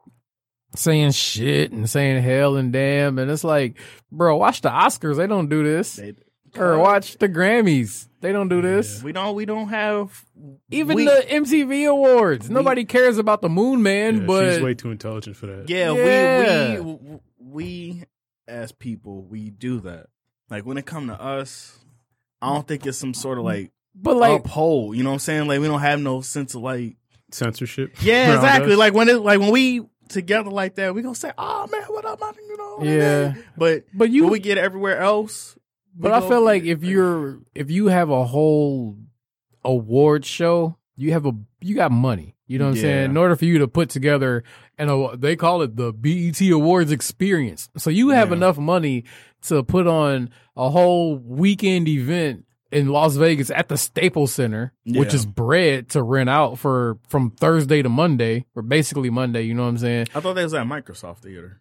Speaker 2: saying shit and saying hell and damn. And it's like, bro, watch the Oscars. They don't do this.
Speaker 5: They-
Speaker 2: or watch the Grammys. They don't do this.
Speaker 5: We don't. We don't have
Speaker 2: Even
Speaker 5: we-
Speaker 2: the MTV Awards. Nobody cares about the Moon Man,
Speaker 3: Yeah,
Speaker 2: but
Speaker 3: she's way too intelligent for that.
Speaker 5: Yeah,
Speaker 2: Yeah.
Speaker 5: We, we we as people we do that. Like when it come to us, I don't think it's some sort of like,
Speaker 2: but like
Speaker 5: uphold. You know what I'm saying? Like we don't have no sense of like
Speaker 3: Censorship.
Speaker 5: yeah,
Speaker 3: around
Speaker 5: exactly.
Speaker 3: us.
Speaker 5: Like when it like when we together like that, we gonna say, oh man, what up, man? You know?
Speaker 2: Yeah.
Speaker 5: But
Speaker 2: but
Speaker 5: you
Speaker 2: you
Speaker 5: we get everywhere else. we
Speaker 2: But I
Speaker 5: go-
Speaker 2: feel like if you're if you have a whole award show, you have a you got money. You know what I'm
Speaker 5: Yeah.
Speaker 2: saying? In order for you to put together and they call it the BET Awards experience. So you have
Speaker 5: Yeah.
Speaker 2: enough money to put on a whole weekend event in Las Vegas at the Staples Center, which
Speaker 5: Yeah.
Speaker 2: is bread to rent out for from Thursday to Monday or basically Monday, you know what I'm saying?
Speaker 5: I thought they was at Microsoft Theater.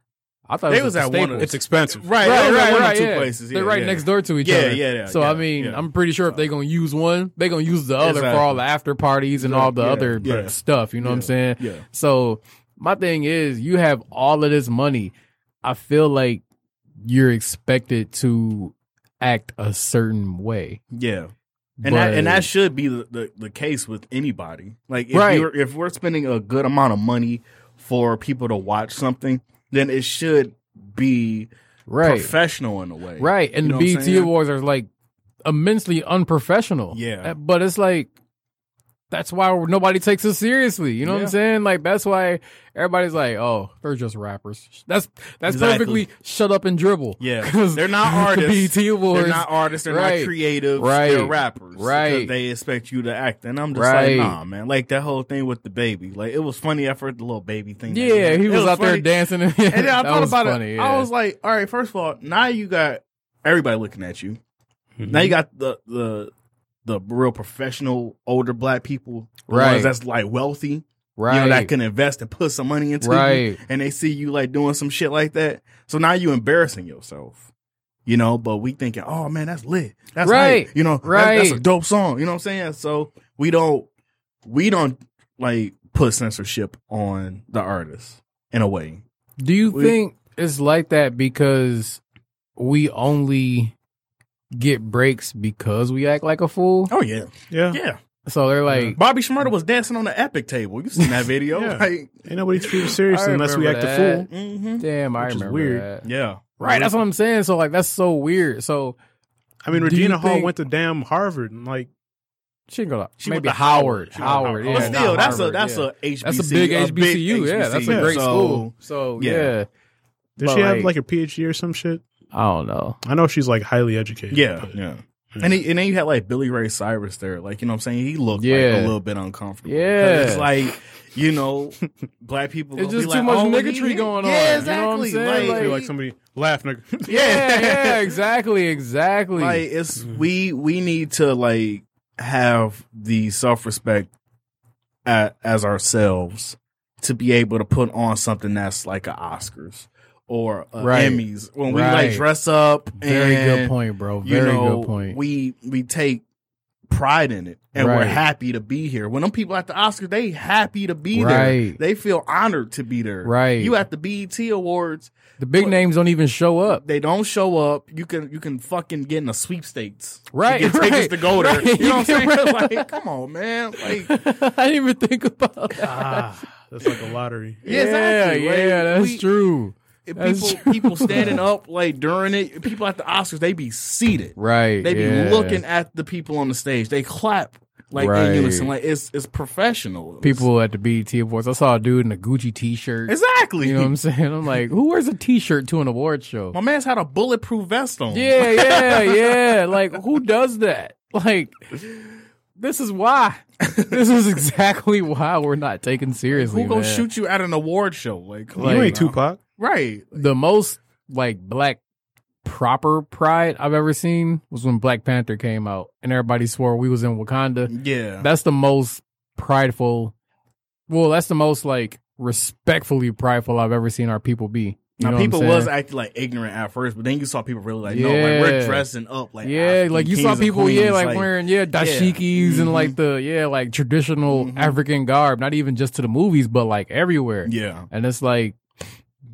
Speaker 2: I thought
Speaker 5: They
Speaker 2: it was,
Speaker 5: was
Speaker 2: at
Speaker 5: at one of-
Speaker 2: Staples.
Speaker 3: It's expensive.
Speaker 2: Right,
Speaker 5: Right, they was at
Speaker 2: right,
Speaker 5: one or
Speaker 2: right,
Speaker 5: two
Speaker 2: yeah.
Speaker 5: places.
Speaker 2: They're
Speaker 5: Yeah,
Speaker 2: right
Speaker 5: yeah.
Speaker 2: next door to each
Speaker 5: Yeah,
Speaker 2: other.
Speaker 5: yeah, yeah,
Speaker 2: So I
Speaker 5: yeah,
Speaker 2: mean,
Speaker 5: yeah.
Speaker 2: I'm pretty sure if they're gonna use one, they're gonna use the other for all the after parties and all the other
Speaker 5: Exactly. Yeah.
Speaker 2: stuff. You know what I'm saying?
Speaker 5: Yeah.
Speaker 2: So my thing is, you have all of this money. I feel like you're expected to act a certain way.
Speaker 5: Yeah. And that, and
Speaker 2: But-
Speaker 5: that should be the, the, the case with anybody. Like if
Speaker 2: Right.
Speaker 5: you're, if we're spending a good amount of money for people to watch something, then it should be
Speaker 2: right,
Speaker 5: professional in a way.
Speaker 2: right, and
Speaker 5: You know what I'm
Speaker 2: the BET
Speaker 5: saying?
Speaker 2: Awards are like immensely unprofessional.
Speaker 5: Yeah.
Speaker 2: Uh, but it's like that's why nobody takes us seriously. You know what
Speaker 5: Yeah.
Speaker 2: I'm saying? Like that's why everybody's like, "Oh, they're just rappers." That's that's
Speaker 5: Exactly.
Speaker 2: perfectly shut up and dribble.
Speaker 5: Yeah.
Speaker 2: 'Cause
Speaker 5: They're not
Speaker 2: the
Speaker 5: artists.
Speaker 2: BET Awards.
Speaker 5: They're not artists. They're
Speaker 2: Right.
Speaker 5: not creative.
Speaker 2: Right.
Speaker 5: They're rappers.
Speaker 2: Right.
Speaker 5: Because They expect you to act. And I'm just
Speaker 2: Right.
Speaker 5: like, nah, man. Like that whole thing with the baby. Like it was funny after the little baby thing. that
Speaker 2: yeah, he
Speaker 5: It
Speaker 2: was, out there
Speaker 5: funny.
Speaker 2: dancing. And,
Speaker 5: And then I
Speaker 2: that
Speaker 5: thought
Speaker 2: was
Speaker 5: about
Speaker 2: funny,
Speaker 5: it.
Speaker 2: yeah.
Speaker 5: I was like, all right, first of all, now you got everybody looking at you.
Speaker 3: Mm-hmm.
Speaker 5: Now you
Speaker 2: Mm-hmm.
Speaker 5: got the the the real professional older black people, the
Speaker 2: Right.
Speaker 5: ones that's like wealthy,
Speaker 2: right,
Speaker 5: you know, that can invest and put some money into you,
Speaker 2: right,
Speaker 5: and they see you like doing some shit like that. So now you embarrassing yourself, you know. But we thinking, oh man, that's lit, that's
Speaker 2: Right.
Speaker 5: right, you know, that- that's a
Speaker 2: Right.
Speaker 5: dope song, you know what I'm saying? So we don't we don't like put censorship on the artist in a way.
Speaker 2: Do you
Speaker 5: We-
Speaker 2: think it's like that because we only get breaks because we act like a fool?
Speaker 5: Oh yeah,
Speaker 3: Yeah.
Speaker 5: yeah.
Speaker 2: So they're like,
Speaker 5: Bobby Schmurda was dancing on the Epic table. You seen that video?
Speaker 3: Yeah.
Speaker 5: Like,
Speaker 3: Ain't nobody treated serious
Speaker 2: I
Speaker 3: unless we act
Speaker 2: remember
Speaker 3: a
Speaker 2: that.
Speaker 3: fool.
Speaker 5: hmm
Speaker 2: "Damn, I
Speaker 3: Which is
Speaker 2: remember
Speaker 3: weird.
Speaker 2: that."
Speaker 5: yeah,
Speaker 2: Right, that's what I'm saying. So like that's so weird. So
Speaker 3: I mean,
Speaker 2: Do you
Speaker 3: Regina Hall
Speaker 2: think-
Speaker 3: went to damn Harvard and like
Speaker 2: she can go to
Speaker 5: She
Speaker 2: maybe
Speaker 5: went to
Speaker 2: Howard.
Speaker 5: Howard.
Speaker 2: Howard, yeah,
Speaker 5: but still,
Speaker 2: not
Speaker 5: that's
Speaker 2: Harvard,
Speaker 5: a that's
Speaker 2: yeah.
Speaker 5: a HBCU.
Speaker 2: that's a big HBCU. yeah, that's a
Speaker 5: HBCU.
Speaker 2: great
Speaker 5: So,
Speaker 2: school. So yeah.
Speaker 5: yeah.
Speaker 3: did
Speaker 2: But,
Speaker 3: she have
Speaker 2: like-
Speaker 3: like a PhD or some shit?
Speaker 2: I don't know.
Speaker 3: I know she's like highly educated.
Speaker 5: Yeah,
Speaker 3: but-
Speaker 5: yeah. And, he, and then you had like Billy Ray Cyrus there, like you know what I'm saying. He looked
Speaker 2: Yeah.
Speaker 5: like a little bit uncomfortable. 'Cause
Speaker 2: Yeah.
Speaker 5: it's like you know, black people.
Speaker 2: It's
Speaker 5: gonna be
Speaker 2: just too
Speaker 5: like,
Speaker 2: much
Speaker 5: oh, what
Speaker 2: niggatry
Speaker 5: he-
Speaker 2: going on, you know
Speaker 5: Yeah,
Speaker 2: what I'm
Speaker 5: exactly.
Speaker 2: saying?
Speaker 3: I
Speaker 5: Like,
Speaker 3: feel like somebody laugh nigga.
Speaker 2: Yeah, yeah, exactly, exactly.
Speaker 5: like it's
Speaker 2: Mm-hmm.
Speaker 5: we we need to like have the self respect as ourselves to be able to put on something that's like an Oscars or a
Speaker 2: Right.
Speaker 5: Emmys when we
Speaker 2: Right.
Speaker 5: like dress up.
Speaker 2: Very
Speaker 5: and,
Speaker 2: good point, bro.
Speaker 5: You
Speaker 2: Very
Speaker 5: know,
Speaker 2: good point.
Speaker 5: we we take pride in it and we're
Speaker 2: Right.
Speaker 5: happy to be here. When them people at the Oscars, they happy to be there.
Speaker 2: Right.
Speaker 5: They feel honored to be there.
Speaker 2: Right.
Speaker 5: You at the BET Awards,
Speaker 2: the big names don't even show up.
Speaker 5: they don't show up. You can you can fucking get in a sweepstakes.
Speaker 2: Right,
Speaker 5: You can
Speaker 2: right,
Speaker 5: tickets to go there.
Speaker 2: right.
Speaker 5: You know what I'm saying?
Speaker 2: Right.
Speaker 5: Like, come on, man. Like
Speaker 2: I didn't even think about that.
Speaker 3: ah, that's like a lottery.
Speaker 5: yeah,
Speaker 2: yeah,
Speaker 5: exactly. Like,
Speaker 2: yeah, that's
Speaker 5: we-
Speaker 2: true. That's
Speaker 5: People
Speaker 2: true.
Speaker 5: people standing up like during it. People at the Oscars, they be seated.
Speaker 2: Right,
Speaker 5: They be
Speaker 2: yeah.
Speaker 5: looking at the people on the stage. They clap like
Speaker 2: Right.
Speaker 5: in unison. Like it's it's professional.
Speaker 2: People at the BET Awards. I saw a dude in a Gucci T-shirt.
Speaker 5: exactly.
Speaker 2: You know what I'm saying? I'm like, who wears a T-shirt to an award show?
Speaker 5: My man's had a bulletproof vest on.
Speaker 2: Yeah, yeah, yeah. Like, who does that? Like, this is why. This is exactly why we're not taken seriously.
Speaker 5: Who gonna
Speaker 2: man.
Speaker 5: shoot you at an award show? Like, come
Speaker 2: Like-
Speaker 5: on
Speaker 3: you ain't
Speaker 5: now.
Speaker 3: Tupac.
Speaker 5: Right.
Speaker 2: The most like black proper pride I've ever seen was when Black Panther came out, and everybody swore we was in Wakanda.
Speaker 5: Yeah.
Speaker 2: That's the most prideful. Well, that's the most like respectfully prideful I've ever seen our people be. You know
Speaker 5: now
Speaker 2: what I'm
Speaker 5: people was
Speaker 2: saying?
Speaker 5: acting like ignorant at first, but then you saw people really like, no, like
Speaker 2: Yeah.
Speaker 5: we're dressing up, like
Speaker 2: yeah,
Speaker 5: African
Speaker 2: like you
Speaker 5: kings
Speaker 2: saw
Speaker 5: and
Speaker 2: people, yeah,
Speaker 5: queens,
Speaker 2: like, wearing yeah dashikis and
Speaker 5: Mhm.
Speaker 2: like the yeah like traditional
Speaker 5: Mhm.
Speaker 2: African garb, not even just to the movies, but like everywhere.
Speaker 5: yeah,
Speaker 2: And it's like,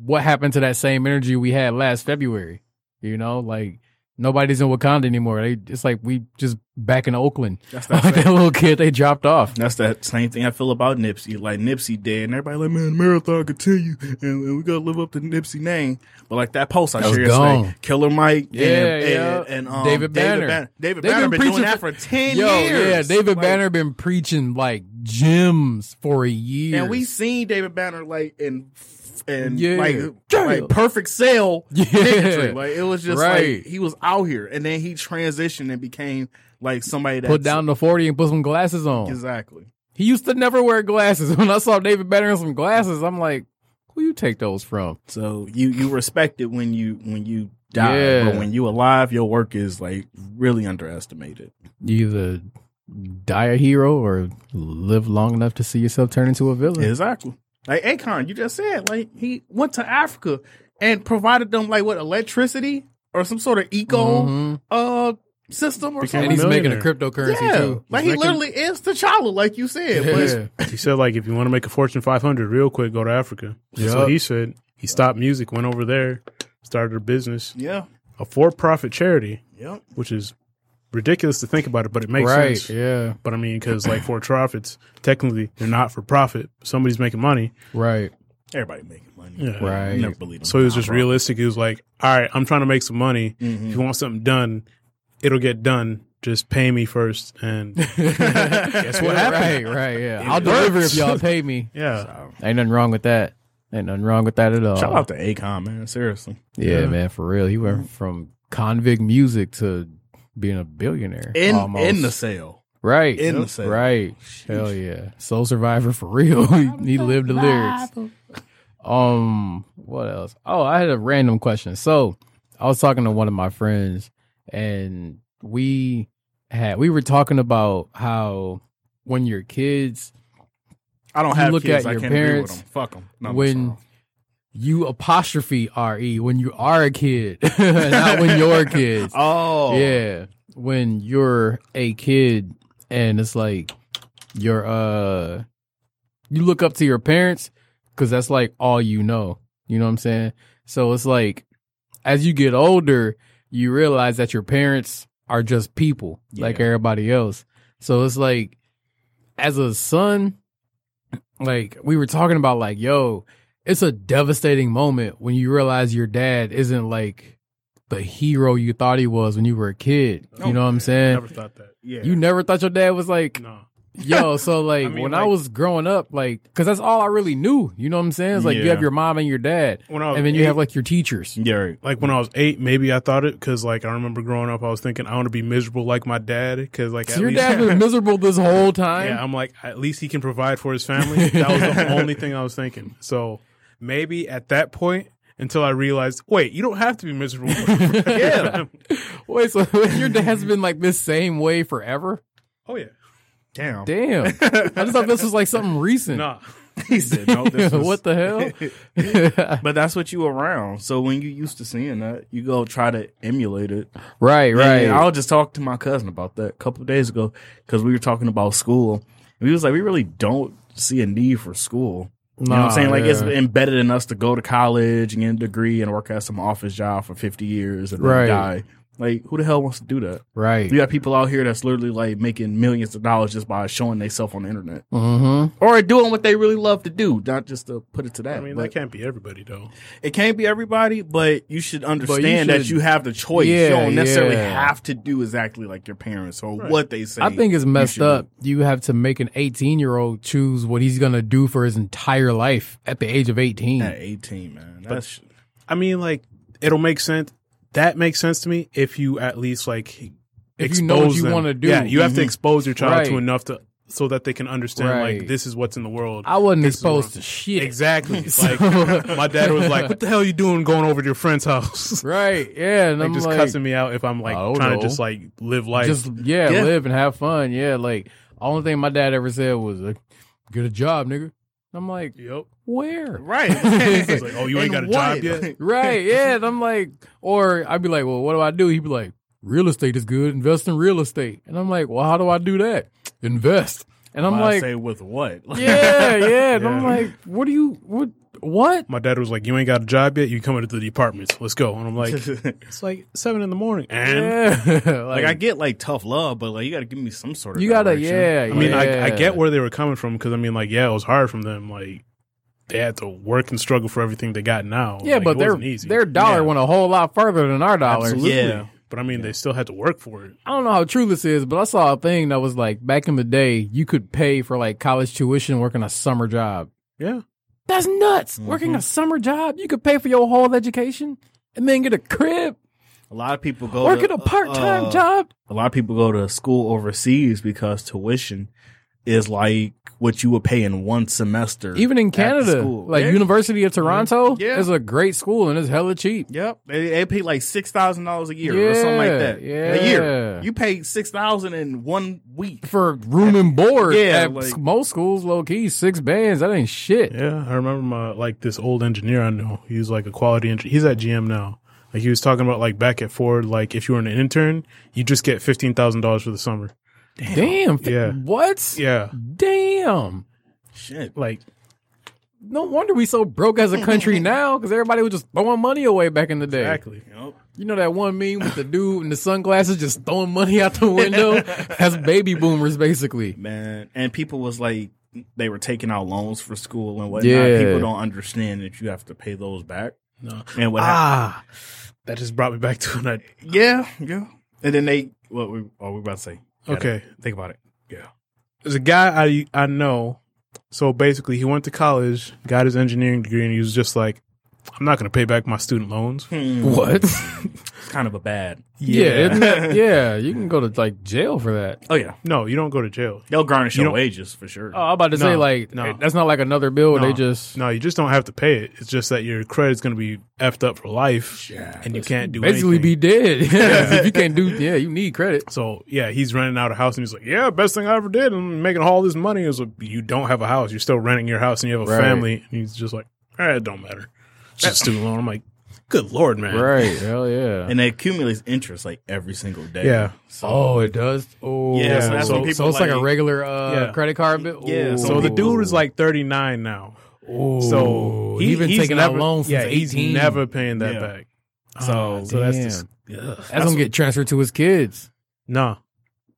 Speaker 2: what happened to that same energy we had last February? You know, like nobody's in Wakanda anymore. They it's like we just back in Oakland.
Speaker 5: That's that,
Speaker 2: that
Speaker 5: same,
Speaker 2: little kid they dropped off.
Speaker 5: that's that same thing I feel about Nipsey. Like Nipsey dead, and everybody like, man, marathon continue, and, and we gotta live up to Nipsey name. But like that post I
Speaker 2: That was
Speaker 5: shared, it's
Speaker 2: gone.
Speaker 5: like Killer Mike,
Speaker 2: Yeah,
Speaker 5: and,
Speaker 2: yeah.
Speaker 5: and, and, um,
Speaker 2: David Banner.
Speaker 5: David
Speaker 2: They've
Speaker 5: Banner
Speaker 2: been
Speaker 5: been, doing
Speaker 2: preaching
Speaker 5: that
Speaker 2: for-
Speaker 5: for ten
Speaker 2: Yo,
Speaker 5: years.
Speaker 2: yeah, David
Speaker 5: Like,
Speaker 2: Banner been preaching like gems for a year.
Speaker 5: And we seen David Banner like in and
Speaker 2: Yeah.
Speaker 5: like
Speaker 2: Yeah.
Speaker 5: like perfect sale
Speaker 2: Yeah.
Speaker 5: bigotry. Like it was just
Speaker 2: Right.
Speaker 5: like he was out here and then he transitioned and became like somebody that
Speaker 2: put down the forty and put some glasses on.
Speaker 5: exactly.
Speaker 2: He used to never wear glasses. When I saw David Banner in some glasses, I'm like, who you take those from?
Speaker 5: So you you respect it when you when you die,
Speaker 2: Yeah.
Speaker 5: but when you alive, your work is like really underestimated.
Speaker 2: You either die a hero or live long enough to see yourself turn into a villain.
Speaker 5: Exactly. Like Akon, you just said like he went to Africa and provided them like what electricity or some sort of eco
Speaker 2: Mhm.
Speaker 5: uh system or
Speaker 3: Became
Speaker 5: something.
Speaker 2: And he's making a
Speaker 3: Millionaire.
Speaker 2: cryptocurrency
Speaker 5: yeah.
Speaker 2: too.
Speaker 5: Like he
Speaker 3: making-
Speaker 5: literally is T'Challa, like you said. But
Speaker 3: He said like if you want to make a Fortune 500 real quick, go to Africa. That's
Speaker 2: Yup.
Speaker 3: what he said. He stopped music, went over there, started a business,
Speaker 5: yeah,
Speaker 3: a for-profit charity,
Speaker 5: yeah.
Speaker 3: which is ridiculous to think about it, but it makes
Speaker 2: right?
Speaker 3: sense.
Speaker 2: Yeah,
Speaker 3: But I mean, because like for profits, technically they're not for profit. Somebody's making money.
Speaker 2: right.
Speaker 5: Everybody making money.
Speaker 3: Yeah.
Speaker 2: Right.
Speaker 5: You never believe them.
Speaker 3: So he was just
Speaker 5: Right.
Speaker 3: realistic. He was like, all right, I'm trying to make some money. If you want something done, it'll get done. Just pay me first. And
Speaker 2: Guess
Speaker 3: what
Speaker 2: Right,
Speaker 3: happened?
Speaker 2: right. Yeah,
Speaker 5: It
Speaker 2: I'll deliver
Speaker 5: works.
Speaker 2: if y'all pay me.
Speaker 3: yeah,
Speaker 5: So,
Speaker 2: Ain't nothing wrong with that. Ain't nothing wrong with that at all.
Speaker 5: shout out Mm-hmm. to Akon, man. Seriously.
Speaker 2: Yeah,
Speaker 3: Yeah.
Speaker 2: man, for real. He went from convict music to being a billionaire.
Speaker 5: In
Speaker 2: almost.
Speaker 5: in the sale.
Speaker 2: right,
Speaker 5: in the sale.
Speaker 2: right. Hell yeah, soul survivor for real. he he lived the lyrics. Um, what else? Oh, I had a random question. So I was talking to one of my friends, and we had we were talking about how when your kids
Speaker 5: I don't
Speaker 2: You
Speaker 5: have
Speaker 2: look
Speaker 5: kids.
Speaker 2: at
Speaker 5: I
Speaker 2: your
Speaker 5: can't agree with
Speaker 2: parents
Speaker 5: them. Fuck them.
Speaker 2: when you apostrophe re when you are a kid, not when you're kids.
Speaker 5: oh
Speaker 2: Yeah. When you're a kid and it's like you're uh you look up to your parents cuz that's like all you know. You know what I'm saying? So it's like as you get older, you realize that your parents are just people like
Speaker 5: Yeah.
Speaker 2: everybody else. So it's like as a son like we were talking about like yo, it's a devastating moment when you realize your dad isn't like the hero you thought he was when you were a kid. You know what I'm saying?
Speaker 3: never thought that.
Speaker 5: yeah.
Speaker 2: You never thought your dad was like,
Speaker 3: No.
Speaker 2: yo, so like
Speaker 3: mean,
Speaker 2: when I
Speaker 3: like-
Speaker 2: was growing up, like, cause that's all I really knew. You know what I'm saying? It's like you
Speaker 5: Yeah.
Speaker 2: have your mom and your dad,
Speaker 3: When I was
Speaker 2: and then you
Speaker 3: eight-
Speaker 2: have like your teachers.
Speaker 5: yeah, right.
Speaker 3: like when I was eight, maybe I thought it because like I remember growing up, I was thinking I want to be miserable like my dad because like
Speaker 2: So your dad's been miserable this whole time.
Speaker 3: yeah, I'm like at least he can provide for his family. That was the only thing I was thinking. So maybe at that point until I realized, wait, you don't have to be miserable.
Speaker 5: Yeah.
Speaker 2: Wait, so your dad's been like this same way forever?
Speaker 3: oh yeah,
Speaker 5: Damn.
Speaker 2: Damn. I just thought this was like something recent.
Speaker 3: nah.
Speaker 5: He said no. This was,
Speaker 2: what the hell?
Speaker 5: But that's what you around. So when you used to seeing that, you go try to emulate it.
Speaker 2: right, right.
Speaker 5: And I was just talking to my cousin about that a couple of days ago because we were talking about school. And we was like, we really don't see a need for school. You know what I'm saying? Like it's embedded in us to go to college and get a degree and work at some office job for 50 years and then
Speaker 2: Right.
Speaker 5: die. Like who the hell wants to do that?
Speaker 2: right.
Speaker 5: You got people out here that's literally like making millions of dollars just by showing themselves on the internet
Speaker 2: Mm-hmm.
Speaker 5: or doing what they really love to do, not just to put it to that.
Speaker 3: I mean,
Speaker 5: But
Speaker 3: that can't be everybody though.
Speaker 5: it can't be everybody, but you should understand
Speaker 2: should-
Speaker 5: that you have the choice.
Speaker 2: Yeah,
Speaker 5: you don't necessarily
Speaker 2: yeah.
Speaker 5: have to do exactly like your parents or what they say.
Speaker 2: I think it's
Speaker 5: you
Speaker 2: messed
Speaker 5: should
Speaker 2: up. You have to make an 18 year old choose what he's going to do for his entire life at the age of 18.
Speaker 5: do At 18, man. That's
Speaker 3: I mean, like it'll make sense. That makes sense to me if you at least like
Speaker 2: If you know what
Speaker 3: expose
Speaker 2: you
Speaker 3: them.
Speaker 2: wanna do. Mm-hmm.
Speaker 3: Yeah, you have to expose your child to
Speaker 2: Right.
Speaker 3: enough to so that they can understand
Speaker 2: Right.
Speaker 3: like this is what's in the world.
Speaker 2: I wasn't
Speaker 3: This is
Speaker 2: exposed
Speaker 3: wrong.
Speaker 2: to shit.
Speaker 3: Exactly. It's
Speaker 2: So-
Speaker 3: Like my dad was like, "What the hell you doing going over to your friend's house?"
Speaker 2: Right. Yeah. And
Speaker 3: like
Speaker 2: I'm
Speaker 3: just
Speaker 2: like,
Speaker 3: cussing me out if I'm like
Speaker 2: I don't
Speaker 3: trying
Speaker 2: know.
Speaker 3: to just like live life.
Speaker 2: just, yeah,
Speaker 5: Yeah.
Speaker 2: live and have fun. Yeah. Like, only thing my dad ever said was, like, get a job, nigga. I'm like,
Speaker 3: yep.
Speaker 2: where?
Speaker 5: right.
Speaker 3: It's like, "Oh, you ain't got a
Speaker 5: And
Speaker 3: job
Speaker 5: what?
Speaker 3: yet."
Speaker 2: Right. Yeah. And I'm like, or I'd be like, well, what do I do? He'd be like, real estate is good. Invest in real estate. And I'm like, well, how do I do that? Invest. And I'm
Speaker 5: Why I
Speaker 2: like,
Speaker 5: say with what?
Speaker 2: yeah, yeah. And I'm like, what do you what What?
Speaker 3: My dad was like, "You ain't got a job yet. You coming to the departments? Let's go." And I'm like, "It's like seven in the morning." And
Speaker 2: Yeah.
Speaker 5: Like I get like tough love, but like you got to give me some sort of.
Speaker 2: You gotta-
Speaker 5: direction.
Speaker 2: yeah,
Speaker 3: I mean, I, I
Speaker 2: Yeah.
Speaker 3: get where they were coming from because I mean, like, yeah, it was hard from them. Like, they had to work and struggle for everything they got now.
Speaker 2: yeah,
Speaker 3: Like,
Speaker 2: but
Speaker 3: it
Speaker 2: their
Speaker 3: wasn't easy.
Speaker 2: their dollar went a whole lot further than our dollars.
Speaker 5: Absolutely.
Speaker 3: yeah. But I mean, they still had to work for it.
Speaker 2: I don't know how true this is, but I saw a thing that was like back in the day, you could pay for like college tuition working a summer job.
Speaker 3: Yeah,
Speaker 2: That's nuts.
Speaker 3: Mm-hmm.
Speaker 2: Working a summer job, you could pay for your whole education and then get a crib,
Speaker 5: A lot of people go
Speaker 2: work
Speaker 5: to,
Speaker 2: at a part time
Speaker 5: uh,
Speaker 2: job.
Speaker 5: A lot of people go to school overseas because tuition is like what you would pay in one semester.
Speaker 2: Even in
Speaker 5: at the
Speaker 2: Canada,
Speaker 5: school.
Speaker 2: like
Speaker 5: Yeah.
Speaker 2: University of Toronto
Speaker 5: Yeah.
Speaker 2: is a great school and it's hella cheap.
Speaker 5: Yep, they, they pay like six thousand dollars a year or something
Speaker 2: Yeah,
Speaker 5: like that. a
Speaker 2: yeah.
Speaker 5: year. You pay six thousand in one week.
Speaker 2: For room and board
Speaker 5: Yeah,
Speaker 2: at
Speaker 5: like-
Speaker 2: most schools, low key, six bands, that ain't shit.
Speaker 3: yeah. I remember my like this old engineer I knew. He was like a quality engineer. He's at GM now. Like he was talking about like back at Ford. Like if you were an intern, you just get fifteen thousand dollars for the summer.
Speaker 2: Damn. fi-
Speaker 3: Yeah.
Speaker 2: What?
Speaker 3: Yeah,
Speaker 2: Damn.
Speaker 5: Shit.
Speaker 3: like
Speaker 2: No wonder we so broke as a country now, because everybody was just throwing money away back in the day.
Speaker 3: exactly.
Speaker 5: Yep.
Speaker 2: You know that one meme with the dude in the sunglasses just throwing money out the window? That's baby boomers, basically.
Speaker 5: man. And people was like, they were taking out loans for school and whatnot.
Speaker 2: Yeah.
Speaker 5: People don't understand that you have to pay those back.
Speaker 3: No.
Speaker 5: And what? hap-
Speaker 3: Ah, that just brought me back to an idea.
Speaker 5: yeah, yeah. And then they, what we, oh, we about to say? Got
Speaker 3: Okay.
Speaker 5: it. think about it. Yeah.
Speaker 3: there's a guy I I know. So basically, he went to college, got his engineering degree, and he was just like, "I'm not going to pay back my student loans."
Speaker 2: What?
Speaker 5: It's kind of a bad.
Speaker 2: yeah, isn't that- yeah, you can go to like jail for that.
Speaker 5: Oh yeah,
Speaker 3: No, you don't go to jail.
Speaker 5: they'll garnish
Speaker 3: You
Speaker 5: your
Speaker 3: don't-
Speaker 5: wages for sure.
Speaker 2: Oh, I'm about to
Speaker 3: No,
Speaker 2: say like
Speaker 3: no.
Speaker 2: that's not like another bill. where They just
Speaker 3: No, you just don't have to pay it. It's just that your credit's going to be effed up for life,
Speaker 5: Yeah.
Speaker 3: and you can't do
Speaker 2: basically
Speaker 3: anything.
Speaker 2: be dead. if you can't do, yeah, you need credit.
Speaker 3: so yeah, he's renting out a house, and he's like, "Yeah, best thing I ever did. I'm making all this money." Is like, you don't have a house, you're still renting your house, and you have a
Speaker 2: Right.
Speaker 3: family. And he's just like, "Eh, it don't matter. It's just a student loan." I'm like, "Good lord, man."
Speaker 2: Right? Hell yeah.
Speaker 5: and it accumulates interest like every single day.
Speaker 3: Yeah.
Speaker 5: So
Speaker 2: Oh, it does. Oh,
Speaker 5: Yeah,
Speaker 3: so that's
Speaker 2: So,
Speaker 3: when
Speaker 5: people
Speaker 2: so it's like, a
Speaker 5: like-
Speaker 2: regular uh,
Speaker 3: Yeah.
Speaker 2: credit card bill.
Speaker 5: Yeah,
Speaker 2: Ooh.
Speaker 3: So the dude is like 39 now. So
Speaker 2: he been
Speaker 3: he's
Speaker 2: taking out
Speaker 3: never,
Speaker 2: loans
Speaker 3: Yeah,
Speaker 2: since
Speaker 3: he's
Speaker 2: 18.
Speaker 3: never paying that
Speaker 5: Yeah.
Speaker 3: back.
Speaker 2: Oh,
Speaker 5: So-
Speaker 3: so that's just
Speaker 2: Damn. that's gonna get transferred to his kids.
Speaker 3: no.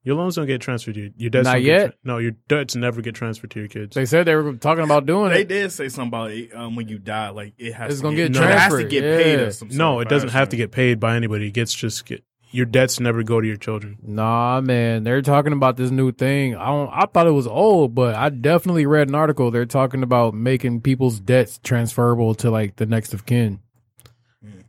Speaker 3: Your loans don't get transferred. Your, your debts
Speaker 2: Not
Speaker 3: don't
Speaker 2: yet?
Speaker 3: Get, tra- no, your debts never get transferred to your kids.
Speaker 2: They said they were talking about doing
Speaker 5: They
Speaker 2: it.
Speaker 5: did say something about it, um, when you die, like it has
Speaker 2: It's
Speaker 5: to
Speaker 2: gonna
Speaker 5: get,
Speaker 2: get
Speaker 5: it has to
Speaker 2: transferred,
Speaker 5: get
Speaker 2: yeah.
Speaker 5: paid. Or some
Speaker 3: no,
Speaker 5: sort
Speaker 3: it
Speaker 5: of
Speaker 3: doesn't have
Speaker 5: fashion.
Speaker 3: to get paid by anybody. It gets just get your debts never go to your children.
Speaker 2: Nah, man, they're talking about this new thing. I don't. I thought it was old, but I definitely read an article. They're talking about making people's debts transferable to like the next of kin.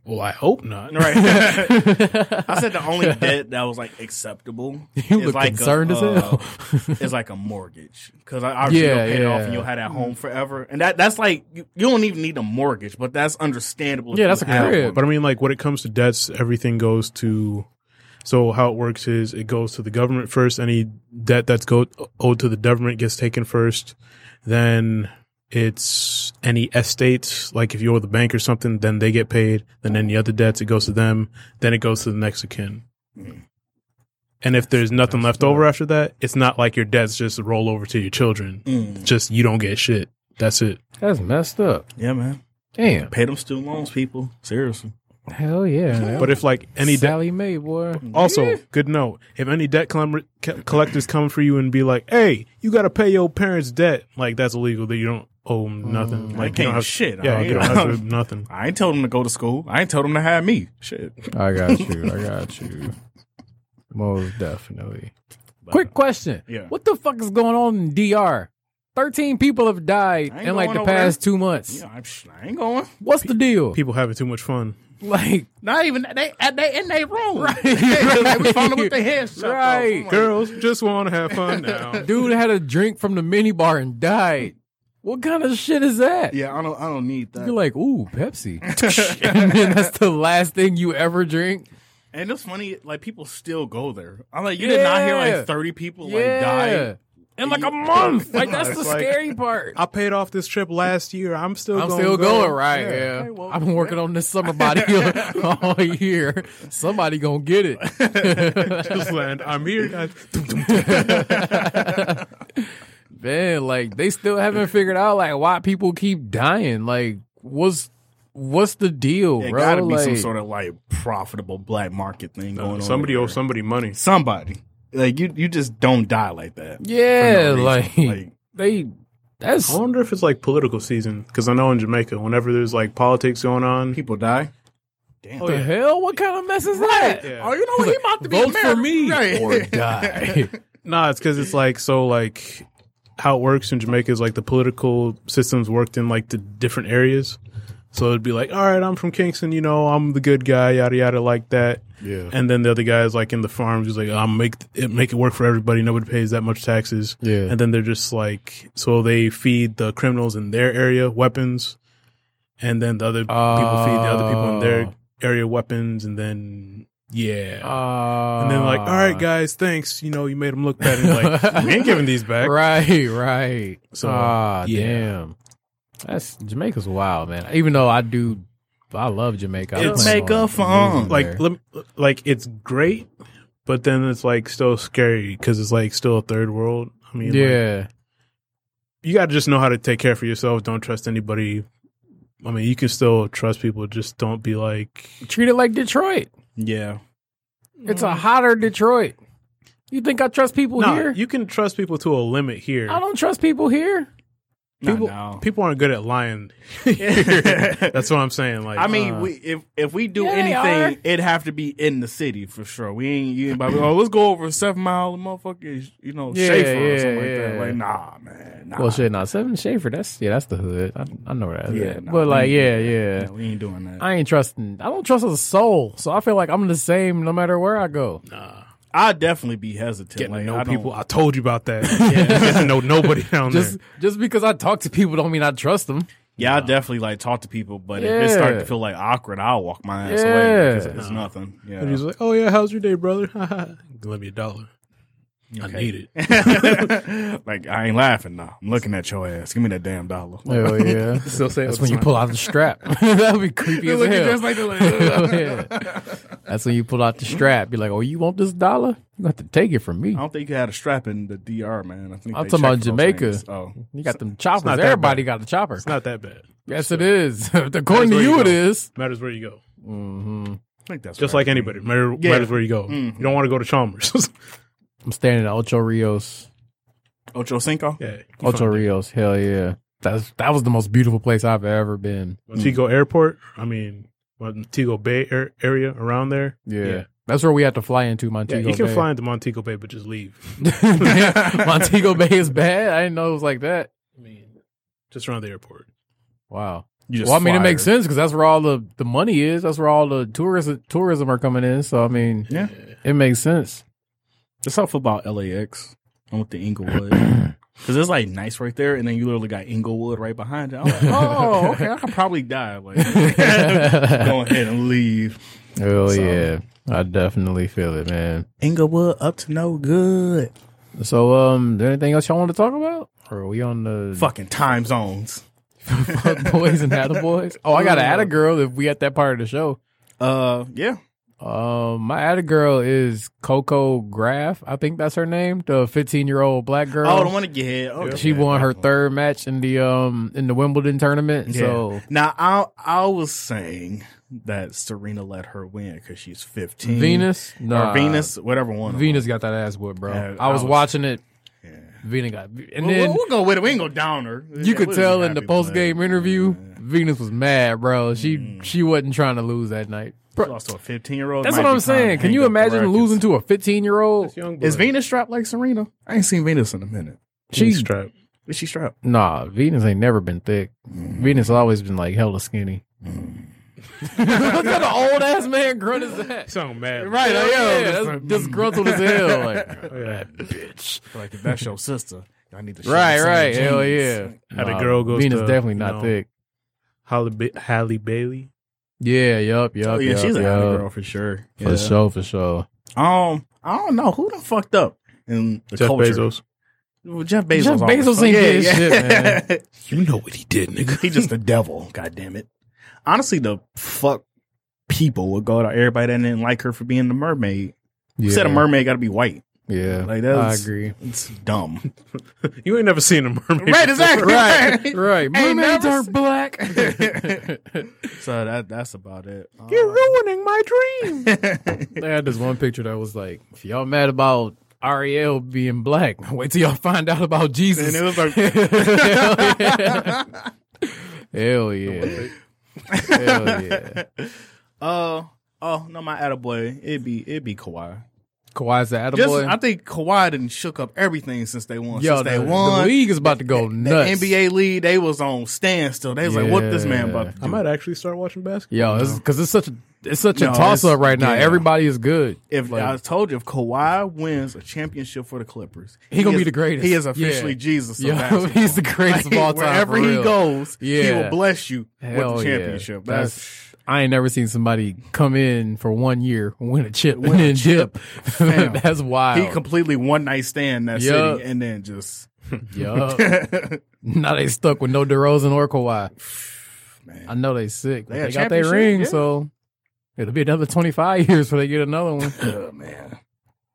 Speaker 3: Well, I hope not.
Speaker 5: Right. I said the only debt that was like acceptable.
Speaker 2: You look concerned as hell.
Speaker 5: it's uh, like a mortgage because I obviously
Speaker 2: Yeah,
Speaker 5: you'll pay it off
Speaker 2: yeah.
Speaker 5: and you'll have that home forever. And that that's like you, you don't even need a mortgage, but that's understandable. if
Speaker 2: Yeah,
Speaker 5: you
Speaker 2: that's a
Speaker 5: have
Speaker 2: crib.
Speaker 5: one.
Speaker 3: But I mean, like when it comes to debts, everything goes to. So how it works is it goes to the government first. Any debt that's go, owed to the government gets taken first. Then it's any estates. Like if you owe the bank or something, then they get paid. Then any other debts, it goes to them. Then it goes to the next of kin. And if there's nothing left over after that, it's not like your debts just roll over to your children.
Speaker 5: Mm.
Speaker 3: Just you don't get shit. That's it.
Speaker 2: That's messed up.
Speaker 5: Yeah, man.
Speaker 2: Damn.
Speaker 5: Pay them student loans, people. Seriously.
Speaker 2: Hell yeah.
Speaker 3: But if like any debt
Speaker 2: Sally Mae boy.
Speaker 3: Also, good note. If any debt collem- co- collectors come for you and be like, "Hey, you got to pay your parents' debt," like that's illegal. That you don't owe 'em nothing.
Speaker 2: Mm,
Speaker 3: like you
Speaker 5: paying
Speaker 3: don't have
Speaker 5: shit,
Speaker 3: Yeah,
Speaker 5: I
Speaker 3: you don't
Speaker 5: ain't-
Speaker 3: have to, nothing.
Speaker 5: I ain't told them to go to school. I ain't told them to hire me. Shit.
Speaker 2: I got you. I got you. Most definitely. Quick question.
Speaker 5: uh, Yeah.
Speaker 2: What the fuck is going on in DR? 13 people have died
Speaker 5: I ain't
Speaker 2: in like
Speaker 5: going
Speaker 2: the
Speaker 5: over there.
Speaker 2: past two months.
Speaker 5: Yeah, I'm, sh- I ain't going.
Speaker 2: What's the deal?
Speaker 3: People having too much fun.
Speaker 2: Like,
Speaker 5: Not even they. uh, They in their room. Right.
Speaker 2: Right.
Speaker 5: we found them with their heads Oh chopped off.
Speaker 2: Right.
Speaker 5: I'm like,
Speaker 3: Girls just want to have fun now.
Speaker 2: dude had a drink from the minibar and died. What kind of shit is that?
Speaker 5: Yeah, I don't. I don't need that.
Speaker 2: You're like, ooh, Pepsi. and then that's the last thing you ever drink.
Speaker 5: And it's funny, like people still go there. I'm like, you did not hear
Speaker 2: Yeah.
Speaker 5: like 30 people like die.
Speaker 2: In like a month. Like, that's the
Speaker 3: It's like-
Speaker 2: scary part.
Speaker 3: I paid off this trip last year. I'm still.
Speaker 2: I'm
Speaker 3: gonna
Speaker 2: still
Speaker 3: go.
Speaker 2: going, right? Yeah.
Speaker 5: Hey, well,
Speaker 2: I've been working on this summer body all year. Somebody gonna get it.
Speaker 3: Just land. I'm here, guys.
Speaker 2: man, like they still haven't figured out like why people keep dying. Like, what's what's the deal,
Speaker 5: It
Speaker 2: bro?
Speaker 5: gotta be
Speaker 2: like,
Speaker 5: some sort of like profitable black market thing
Speaker 2: Uh,
Speaker 5: going on.
Speaker 3: somebody
Speaker 5: over
Speaker 3: owes
Speaker 5: there.
Speaker 3: somebody money.
Speaker 5: Somebody. Like you, you just don't die like that. for no
Speaker 2: yeah,
Speaker 5: reason.
Speaker 2: like, they. That's
Speaker 3: I wonder if it's like political season because I know in Jamaica, whenever there's like politics going on,
Speaker 5: people die. Damn.
Speaker 2: what the hell? What kind of mess is that?
Speaker 3: Yeah.
Speaker 5: Oh, you know what? He about to be
Speaker 2: Vote for
Speaker 5: Ameri-
Speaker 2: me
Speaker 5: Right.
Speaker 2: or die.
Speaker 3: nah, it's because it's like so like how it works in Jamaica is like the political systems worked in like the different areas. So it'd be like, all right, I'm from Kingston, you know, I'm the good guy, yada yada, like that.
Speaker 2: Yeah.
Speaker 3: And then the other guy is like in the farms, he's like, I'll make it make it work for everybody. Nobody pays that much taxes.
Speaker 2: Yeah.
Speaker 3: And then they're just like, so they feed the criminals in their area weapons, and then the other people feed the other people in
Speaker 2: Ah.
Speaker 3: their area weapons, and then yeah. and then like, all
Speaker 2: Uh.
Speaker 3: right, guys, thanks. You know, you made them look bad. And like, we ain't giving these back.
Speaker 2: Right, right.
Speaker 3: So,
Speaker 2: ah,
Speaker 3: yeah.
Speaker 2: damn. That's Jamaica's wild, man. Even though I do, I love Jamaica. I
Speaker 3: It's-
Speaker 2: plan on
Speaker 5: Jamaica um, fun.
Speaker 2: moving
Speaker 3: Like,
Speaker 2: there.
Speaker 3: lem- like it's great, but then it's like still scary because it's like still a third world. I mean, like,
Speaker 2: yeah,
Speaker 3: you got to just know how to take care for yourself. Don't trust anybody. I mean, you can still trust people. Just don't be like,
Speaker 2: treat it like Detroit.
Speaker 5: Yeah.
Speaker 2: It's
Speaker 5: Mm.
Speaker 2: a hotter Detroit. You think I trust people
Speaker 3: nah,
Speaker 2: here?
Speaker 3: you can trust people to a limit here.
Speaker 2: I don't trust people here.
Speaker 3: People,
Speaker 5: Nah, no.
Speaker 3: people aren't good at lying. That's what I'm saying. Like,
Speaker 5: I mean,
Speaker 2: uh,
Speaker 5: we if if we do
Speaker 2: yeah, they
Speaker 5: anything, it'd have to be in the city for sure. We ain't you ain't about to be, oh let's go over seven mile and motherfucking you know
Speaker 2: Yeah,
Speaker 5: Schaefer or
Speaker 2: yeah,
Speaker 5: something like
Speaker 2: yeah.
Speaker 5: that. Like nah man, nah.
Speaker 2: Well, shit, nah. Seven Schaefer. That's yeah, that's the hood. I, I know where that's
Speaker 5: Yeah,
Speaker 2: at.
Speaker 5: nah,
Speaker 2: but like,
Speaker 5: we ain't
Speaker 2: yeah,
Speaker 5: doing
Speaker 2: yeah.
Speaker 5: that. we ain't doing that. I,
Speaker 2: I ain't trusting. I don't trust a soul. So I feel like I'm the same no matter where I go.
Speaker 5: would definitely be hesitant.
Speaker 3: getting
Speaker 5: like,
Speaker 3: to know
Speaker 5: I don't-
Speaker 3: people. I told you about that. Getting to know nobody down
Speaker 2: Just
Speaker 3: there.
Speaker 2: just because I talk to people don't mean I trust them.
Speaker 5: Yeah, I definitely like talk to people, but if it starts
Speaker 2: Yeah.
Speaker 5: to feel like awkward, I'll walk my ass
Speaker 2: Yeah.
Speaker 5: away. 'cause It's nothing.
Speaker 3: And he's
Speaker 5: Yeah.
Speaker 3: like, "Oh yeah, how's your day, brother? Give me a dollar. I need it."
Speaker 5: like I ain't laughing now. I'm looking at your ass. Give me that damn dollar.
Speaker 2: Hell yeah.
Speaker 3: Still say
Speaker 2: That's when you pull out the strap. That'd be creepy as hell. Hell yeah. That's when you pull out the strap. Be like, oh, you want this dollar? You have to take it from me.
Speaker 5: I
Speaker 3: Oh,
Speaker 5: don't think you had a strap in the DR, man. I think
Speaker 2: I'm talking
Speaker 5: they
Speaker 2: about
Speaker 5: check for those
Speaker 2: Jamaica.
Speaker 5: things. Oh,
Speaker 2: You got them choppers.
Speaker 3: not that
Speaker 2: Everybody got the chopper.
Speaker 3: It's not that bad.
Speaker 2: yes, it is. According to
Speaker 3: where
Speaker 2: you,
Speaker 3: you
Speaker 2: it
Speaker 3: go.
Speaker 2: is.
Speaker 3: Matters where you go.
Speaker 5: I think that's
Speaker 3: Just
Speaker 5: right.
Speaker 3: like anybody, matter,
Speaker 5: Yeah.
Speaker 3: matters where you go.
Speaker 5: Mm-hmm.
Speaker 3: You don't want to go to Chalmers.
Speaker 2: I'm standing at Ocho Rios.
Speaker 5: Ocho Cinco.
Speaker 3: yeah. you
Speaker 2: Ocho
Speaker 3: find it.
Speaker 2: Rios. Hell yeah. That's that was the most beautiful place I've ever been.
Speaker 3: Montego Airport. I mean, Montego Bay air, area around there.
Speaker 2: Yeah. That's where we had to fly into
Speaker 3: Yeah,
Speaker 2: Montego
Speaker 3: you can
Speaker 2: Bay.
Speaker 3: fly into Montego Bay, but just leave.
Speaker 2: Damn, Montego Bay is bad. I didn't know it was like that.
Speaker 3: I mean, just around the airport.
Speaker 2: Wow.
Speaker 5: You just
Speaker 2: Well, I mean, it
Speaker 5: fly
Speaker 2: makes
Speaker 5: her.
Speaker 2: sense because that's where all the, the money is. That's where all the tourism tourism are coming in. So I mean,
Speaker 5: Yeah.
Speaker 2: it makes sense.
Speaker 5: It's off about LAX. I went to Inglewood because it's like nice right there, and then you literally got Inglewood right behind it. I'm like, oh, okay. I could probably die. Like, go ahead and leave.
Speaker 2: Oh yeah, I definitely feel it, man.
Speaker 5: Inglewood up to no good.
Speaker 2: So um, there anything else y'all want to talk about, or are we on the
Speaker 5: Fucking time zones.
Speaker 2: fuck boys and atta boys? Oh, I got to add a girl if we at that part of the show.
Speaker 5: Uh, yeah.
Speaker 2: Um, my atta girl is Coco Graf. I think that's her name, the fifteen year old black girl.
Speaker 5: Oh, the one to get hit. Oh,
Speaker 2: she
Speaker 5: yeah.
Speaker 2: won her third match in the um in the Wimbledon tournament.
Speaker 5: Yeah.
Speaker 2: So
Speaker 5: now I I was saying that Serena let her win because she's fifteen.
Speaker 2: Venus,
Speaker 5: or
Speaker 2: nah.
Speaker 5: Venus, whatever one. of them.
Speaker 2: Venus got that ass whooped, bro.
Speaker 5: Yeah,
Speaker 2: I, was
Speaker 5: I was-
Speaker 2: watching it. Venus got, and then
Speaker 5: We'll, we'll, we'll go with it. We ain't go down her.
Speaker 2: you could tell in the post
Speaker 5: post
Speaker 2: game interview, Venus was mad, bro. She she wasn't trying to lose that night. Bro,
Speaker 5: Lost to a fifteen year old.
Speaker 2: Mm. that's what I'm saying. Can you imagine losing to a 15 year old?
Speaker 3: Young boy.
Speaker 5: Is Venus strapped like Serena? I ain't seen Venus in a minute.
Speaker 3: He's
Speaker 2: She
Speaker 3: strapped.
Speaker 5: Is she strapped?
Speaker 2: nah, Venus ain't never been thick.
Speaker 3: Mm-hmm.
Speaker 2: Venus always been like hella skinny. Mm. Look at the old ass man grunt is that.
Speaker 3: Sound mad.
Speaker 2: Right,
Speaker 5: Hell yeah,
Speaker 2: yeah,
Speaker 5: that's
Speaker 2: that's
Speaker 5: like-
Speaker 2: disgruntled as hell. Like,
Speaker 3: oh, Yeah.
Speaker 2: bitch.
Speaker 5: Like if that's your sister, I need to.
Speaker 2: Right, right, hell yeah.
Speaker 3: How the
Speaker 2: Nah,
Speaker 3: girl goes
Speaker 2: Venus
Speaker 3: to,
Speaker 2: definitely
Speaker 3: you
Speaker 2: not
Speaker 3: know,
Speaker 2: thick.
Speaker 3: Halle, ba- Halle Bailey.
Speaker 2: Yeah, yup, yup.
Speaker 5: Oh yeah,
Speaker 2: yup,
Speaker 5: she's a
Speaker 2: yup.
Speaker 5: hot girl for sure.
Speaker 2: For
Speaker 5: Yeah.
Speaker 2: sure, for sure.
Speaker 5: Um, I don't know who done fucked up in the
Speaker 3: Jeff
Speaker 5: culture.
Speaker 3: Bezos.
Speaker 5: Well, Jeff Bezos.
Speaker 2: Jeff
Speaker 5: always-
Speaker 2: Bezos ain't did shit, man.
Speaker 3: You know what he did, nigga.
Speaker 5: He just the devil. God damn it. Honestly, the fuck people would go to everybody that didn't like her for being the mermaid.
Speaker 2: Yeah.
Speaker 5: Said a mermaid got to be white.
Speaker 2: Yeah,
Speaker 5: Like, that
Speaker 2: I
Speaker 5: was-
Speaker 2: agree.
Speaker 5: It's dumb.
Speaker 3: You ain't never seen a mermaid.
Speaker 5: right, exactly.
Speaker 2: Right, right.
Speaker 5: Ain't
Speaker 2: Mermaids
Speaker 5: never
Speaker 2: are
Speaker 5: seen-
Speaker 2: black.
Speaker 5: So that that's about it.
Speaker 3: You're ruining my dream.
Speaker 2: they had this one picture that was like, if y'all mad about Ariel being black, wait till y'all find out about Jesus.
Speaker 3: and it was like,
Speaker 2: Hell yeah. Hell yeah. Hell yeah.
Speaker 5: Uh oh no, my attaboy. It'd be it'd be Kawhi.
Speaker 2: Kawhi's the attaboy.
Speaker 5: Just, I think Kawhi done shook up everything since they won.
Speaker 2: Yo,
Speaker 5: since they
Speaker 2: the,
Speaker 5: won
Speaker 2: the league is about to go
Speaker 5: the
Speaker 2: nuts.
Speaker 5: NBA league, they was on standstill. They was like, "What this man
Speaker 2: Yeah.
Speaker 5: about?" To do?
Speaker 3: I might actually start watching basketball.
Speaker 2: Yo, because it's such a it's such
Speaker 5: No,
Speaker 2: a toss
Speaker 5: it's-
Speaker 2: up right now.
Speaker 5: yeah.
Speaker 2: Everybody is good.
Speaker 5: If
Speaker 2: Like-
Speaker 5: I told you, if Kawhi wins a championship for the Clippers,
Speaker 2: He gonna
Speaker 5: is-
Speaker 2: be the greatest.
Speaker 5: He is officially
Speaker 2: Yeah.
Speaker 5: Jesus. Of
Speaker 2: Yo,
Speaker 5: basketball.
Speaker 2: he's the greatest of all time,
Speaker 5: Wherever
Speaker 2: for
Speaker 5: he
Speaker 2: real.
Speaker 5: goes, he
Speaker 2: Yeah.
Speaker 5: will bless you
Speaker 2: Hell
Speaker 5: with the
Speaker 2: yeah.
Speaker 5: championship.
Speaker 2: That's,
Speaker 5: That's,
Speaker 2: I ain't never seen somebody come in for one year, win a chip,
Speaker 5: Win
Speaker 2: and
Speaker 5: a
Speaker 2: then
Speaker 5: chip.
Speaker 2: dip.
Speaker 5: Fam.
Speaker 2: That's wild.
Speaker 5: he completely one night stand that
Speaker 2: Yeah.
Speaker 5: city, and then just
Speaker 2: Yup. now they stuck with no DeRozan or Kawhi.
Speaker 5: man.
Speaker 2: I know they sick. but
Speaker 5: They
Speaker 2: They,
Speaker 5: a
Speaker 2: got their
Speaker 5: championship,
Speaker 2: ring,
Speaker 5: yeah.
Speaker 2: so it'll be another twenty five years before they get another one.
Speaker 5: Oh, man,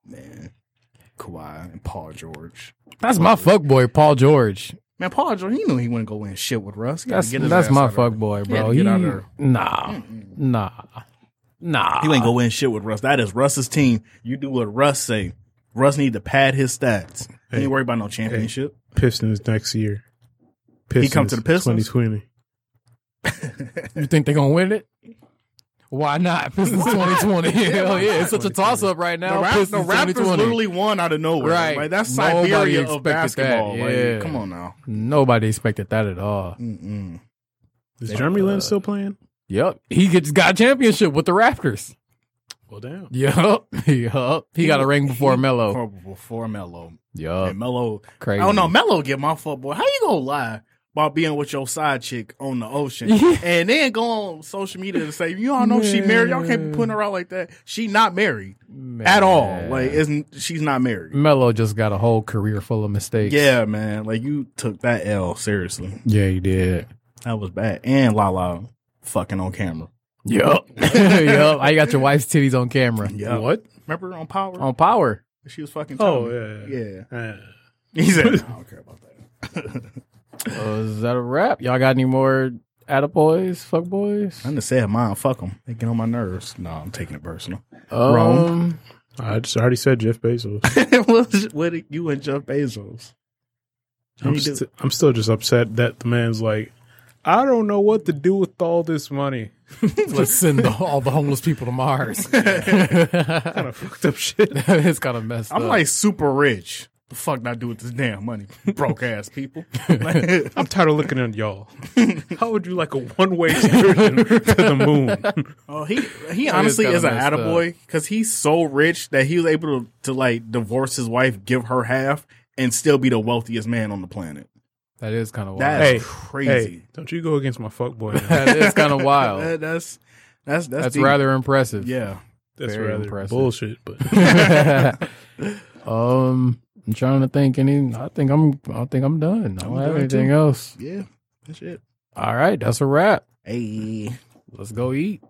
Speaker 5: man, Kawhi and Paul George.
Speaker 2: That's my fuck boy, Paul George.
Speaker 5: Man, Paul George, he knew he wouldn't go in shit with Russ. He gotta
Speaker 2: That's
Speaker 5: get his
Speaker 2: that's
Speaker 5: ass
Speaker 2: my
Speaker 5: out of
Speaker 2: fuck
Speaker 5: there.
Speaker 2: boy,
Speaker 5: Yeah,
Speaker 2: bro.
Speaker 5: get
Speaker 2: He-
Speaker 5: out there.
Speaker 2: nah, nah, nah.
Speaker 5: He ain't gonna win shit with Russ. That is Russ's team. You do what Russ say. Russ need to pad his stats. He ain't worry about no championship.
Speaker 3: Pistons next year. Pistons,
Speaker 5: come to the Pistons?
Speaker 3: 2020.
Speaker 2: You think they're gonna win it? Why not? Pistons twenty twenty. Hell yeah, it's such a toss up right now.
Speaker 5: The, Rap-
Speaker 2: Pistons
Speaker 5: the Raptors
Speaker 2: 2020.
Speaker 5: literally won out of nowhere.
Speaker 2: Right.
Speaker 5: Like, that's
Speaker 2: Nobody
Speaker 5: Siberia of
Speaker 2: expected
Speaker 5: basketball.
Speaker 2: that.
Speaker 5: Like,
Speaker 2: Yeah.
Speaker 5: come on now.
Speaker 2: Nobody expected that at all.
Speaker 5: Mm-mm.
Speaker 3: Is Jeremy
Speaker 5: uh,
Speaker 3: Lin still playing?
Speaker 2: Yep, he gets got a championship with the Raptors.
Speaker 3: Well, damn.
Speaker 2: Yep, yep. He got a ring before Melo.
Speaker 5: Before, before Melo.
Speaker 2: Yup,
Speaker 5: And Melo.
Speaker 2: Oh. crazy.
Speaker 5: I don't know. Melo get my football. How you gonna lie about being with your side chick on the ocean
Speaker 2: Yeah.
Speaker 5: and then go on social media and say, you all know she married. Y'all can't be
Speaker 2: Man.
Speaker 5: putting her out like that. She not married.
Speaker 2: Man.
Speaker 5: at all. Like, isn't she's not married?
Speaker 2: Melo just got a whole career full of mistakes.
Speaker 5: Yeah, man. Like you took that L seriously.
Speaker 2: yeah, he did.
Speaker 5: That was bad. And Lala fucking on camera.
Speaker 2: Yup, yup. I got your wife's titties on camera.
Speaker 5: Yeah.
Speaker 3: What?
Speaker 5: Remember on Power?
Speaker 2: on Power.
Speaker 5: she was fucking.
Speaker 3: Oh,
Speaker 5: Tony.
Speaker 3: yeah.
Speaker 5: Oh. Um, yeah.
Speaker 3: Uh,
Speaker 5: He said, "I don't care about that."
Speaker 2: Uh, is that a wrap? Y'all got any more attaboys, fuck boys?
Speaker 5: I'm just saying, mine. Fuck them. They get on my nerves. No, I'm taking it personal.
Speaker 2: Um,
Speaker 3: I just already said Jeff Bezos.
Speaker 5: what, what did you and Jeff Bezos?
Speaker 3: I'm,
Speaker 5: You do-
Speaker 3: st- I'm still just upset that the man's like, I don't know what to do with all this money.
Speaker 2: let's send the, all the homeless people to Mars.
Speaker 3: kind of fucked up shit.
Speaker 2: it's kind of messed
Speaker 5: I'm
Speaker 2: up.
Speaker 5: like super rich. The fuck not do with this damn money, broke ass people. Like,
Speaker 3: I'm tired of looking at y'all. How would you like a one way excursion to the moon?
Speaker 5: Oh, he he honestly
Speaker 2: kinda
Speaker 5: is an
Speaker 2: messed up.
Speaker 5: attaboy because he's so rich that he was able to, to like divorce his wife, give her half, and still be the wealthiest man on the planet.
Speaker 2: that is kind of wild.
Speaker 5: That's
Speaker 3: Hey,
Speaker 5: crazy.
Speaker 3: Hey, don't you go against my fuckboy. man.
Speaker 2: that is kind of wild.
Speaker 5: That- that's that's that's,
Speaker 2: That's
Speaker 5: deep.
Speaker 2: rather impressive.
Speaker 5: yeah.
Speaker 3: That's
Speaker 2: Very
Speaker 3: rather
Speaker 2: impressive.
Speaker 3: bullshit, but
Speaker 2: um, I'm trying to think any. I think I'm. I think I'm done. I don't
Speaker 5: I'm
Speaker 2: have
Speaker 5: done,
Speaker 2: anything
Speaker 5: too.
Speaker 2: else.
Speaker 5: Yeah, that's it.
Speaker 2: All right, that's a wrap.
Speaker 5: Hey,
Speaker 2: Let's go eat.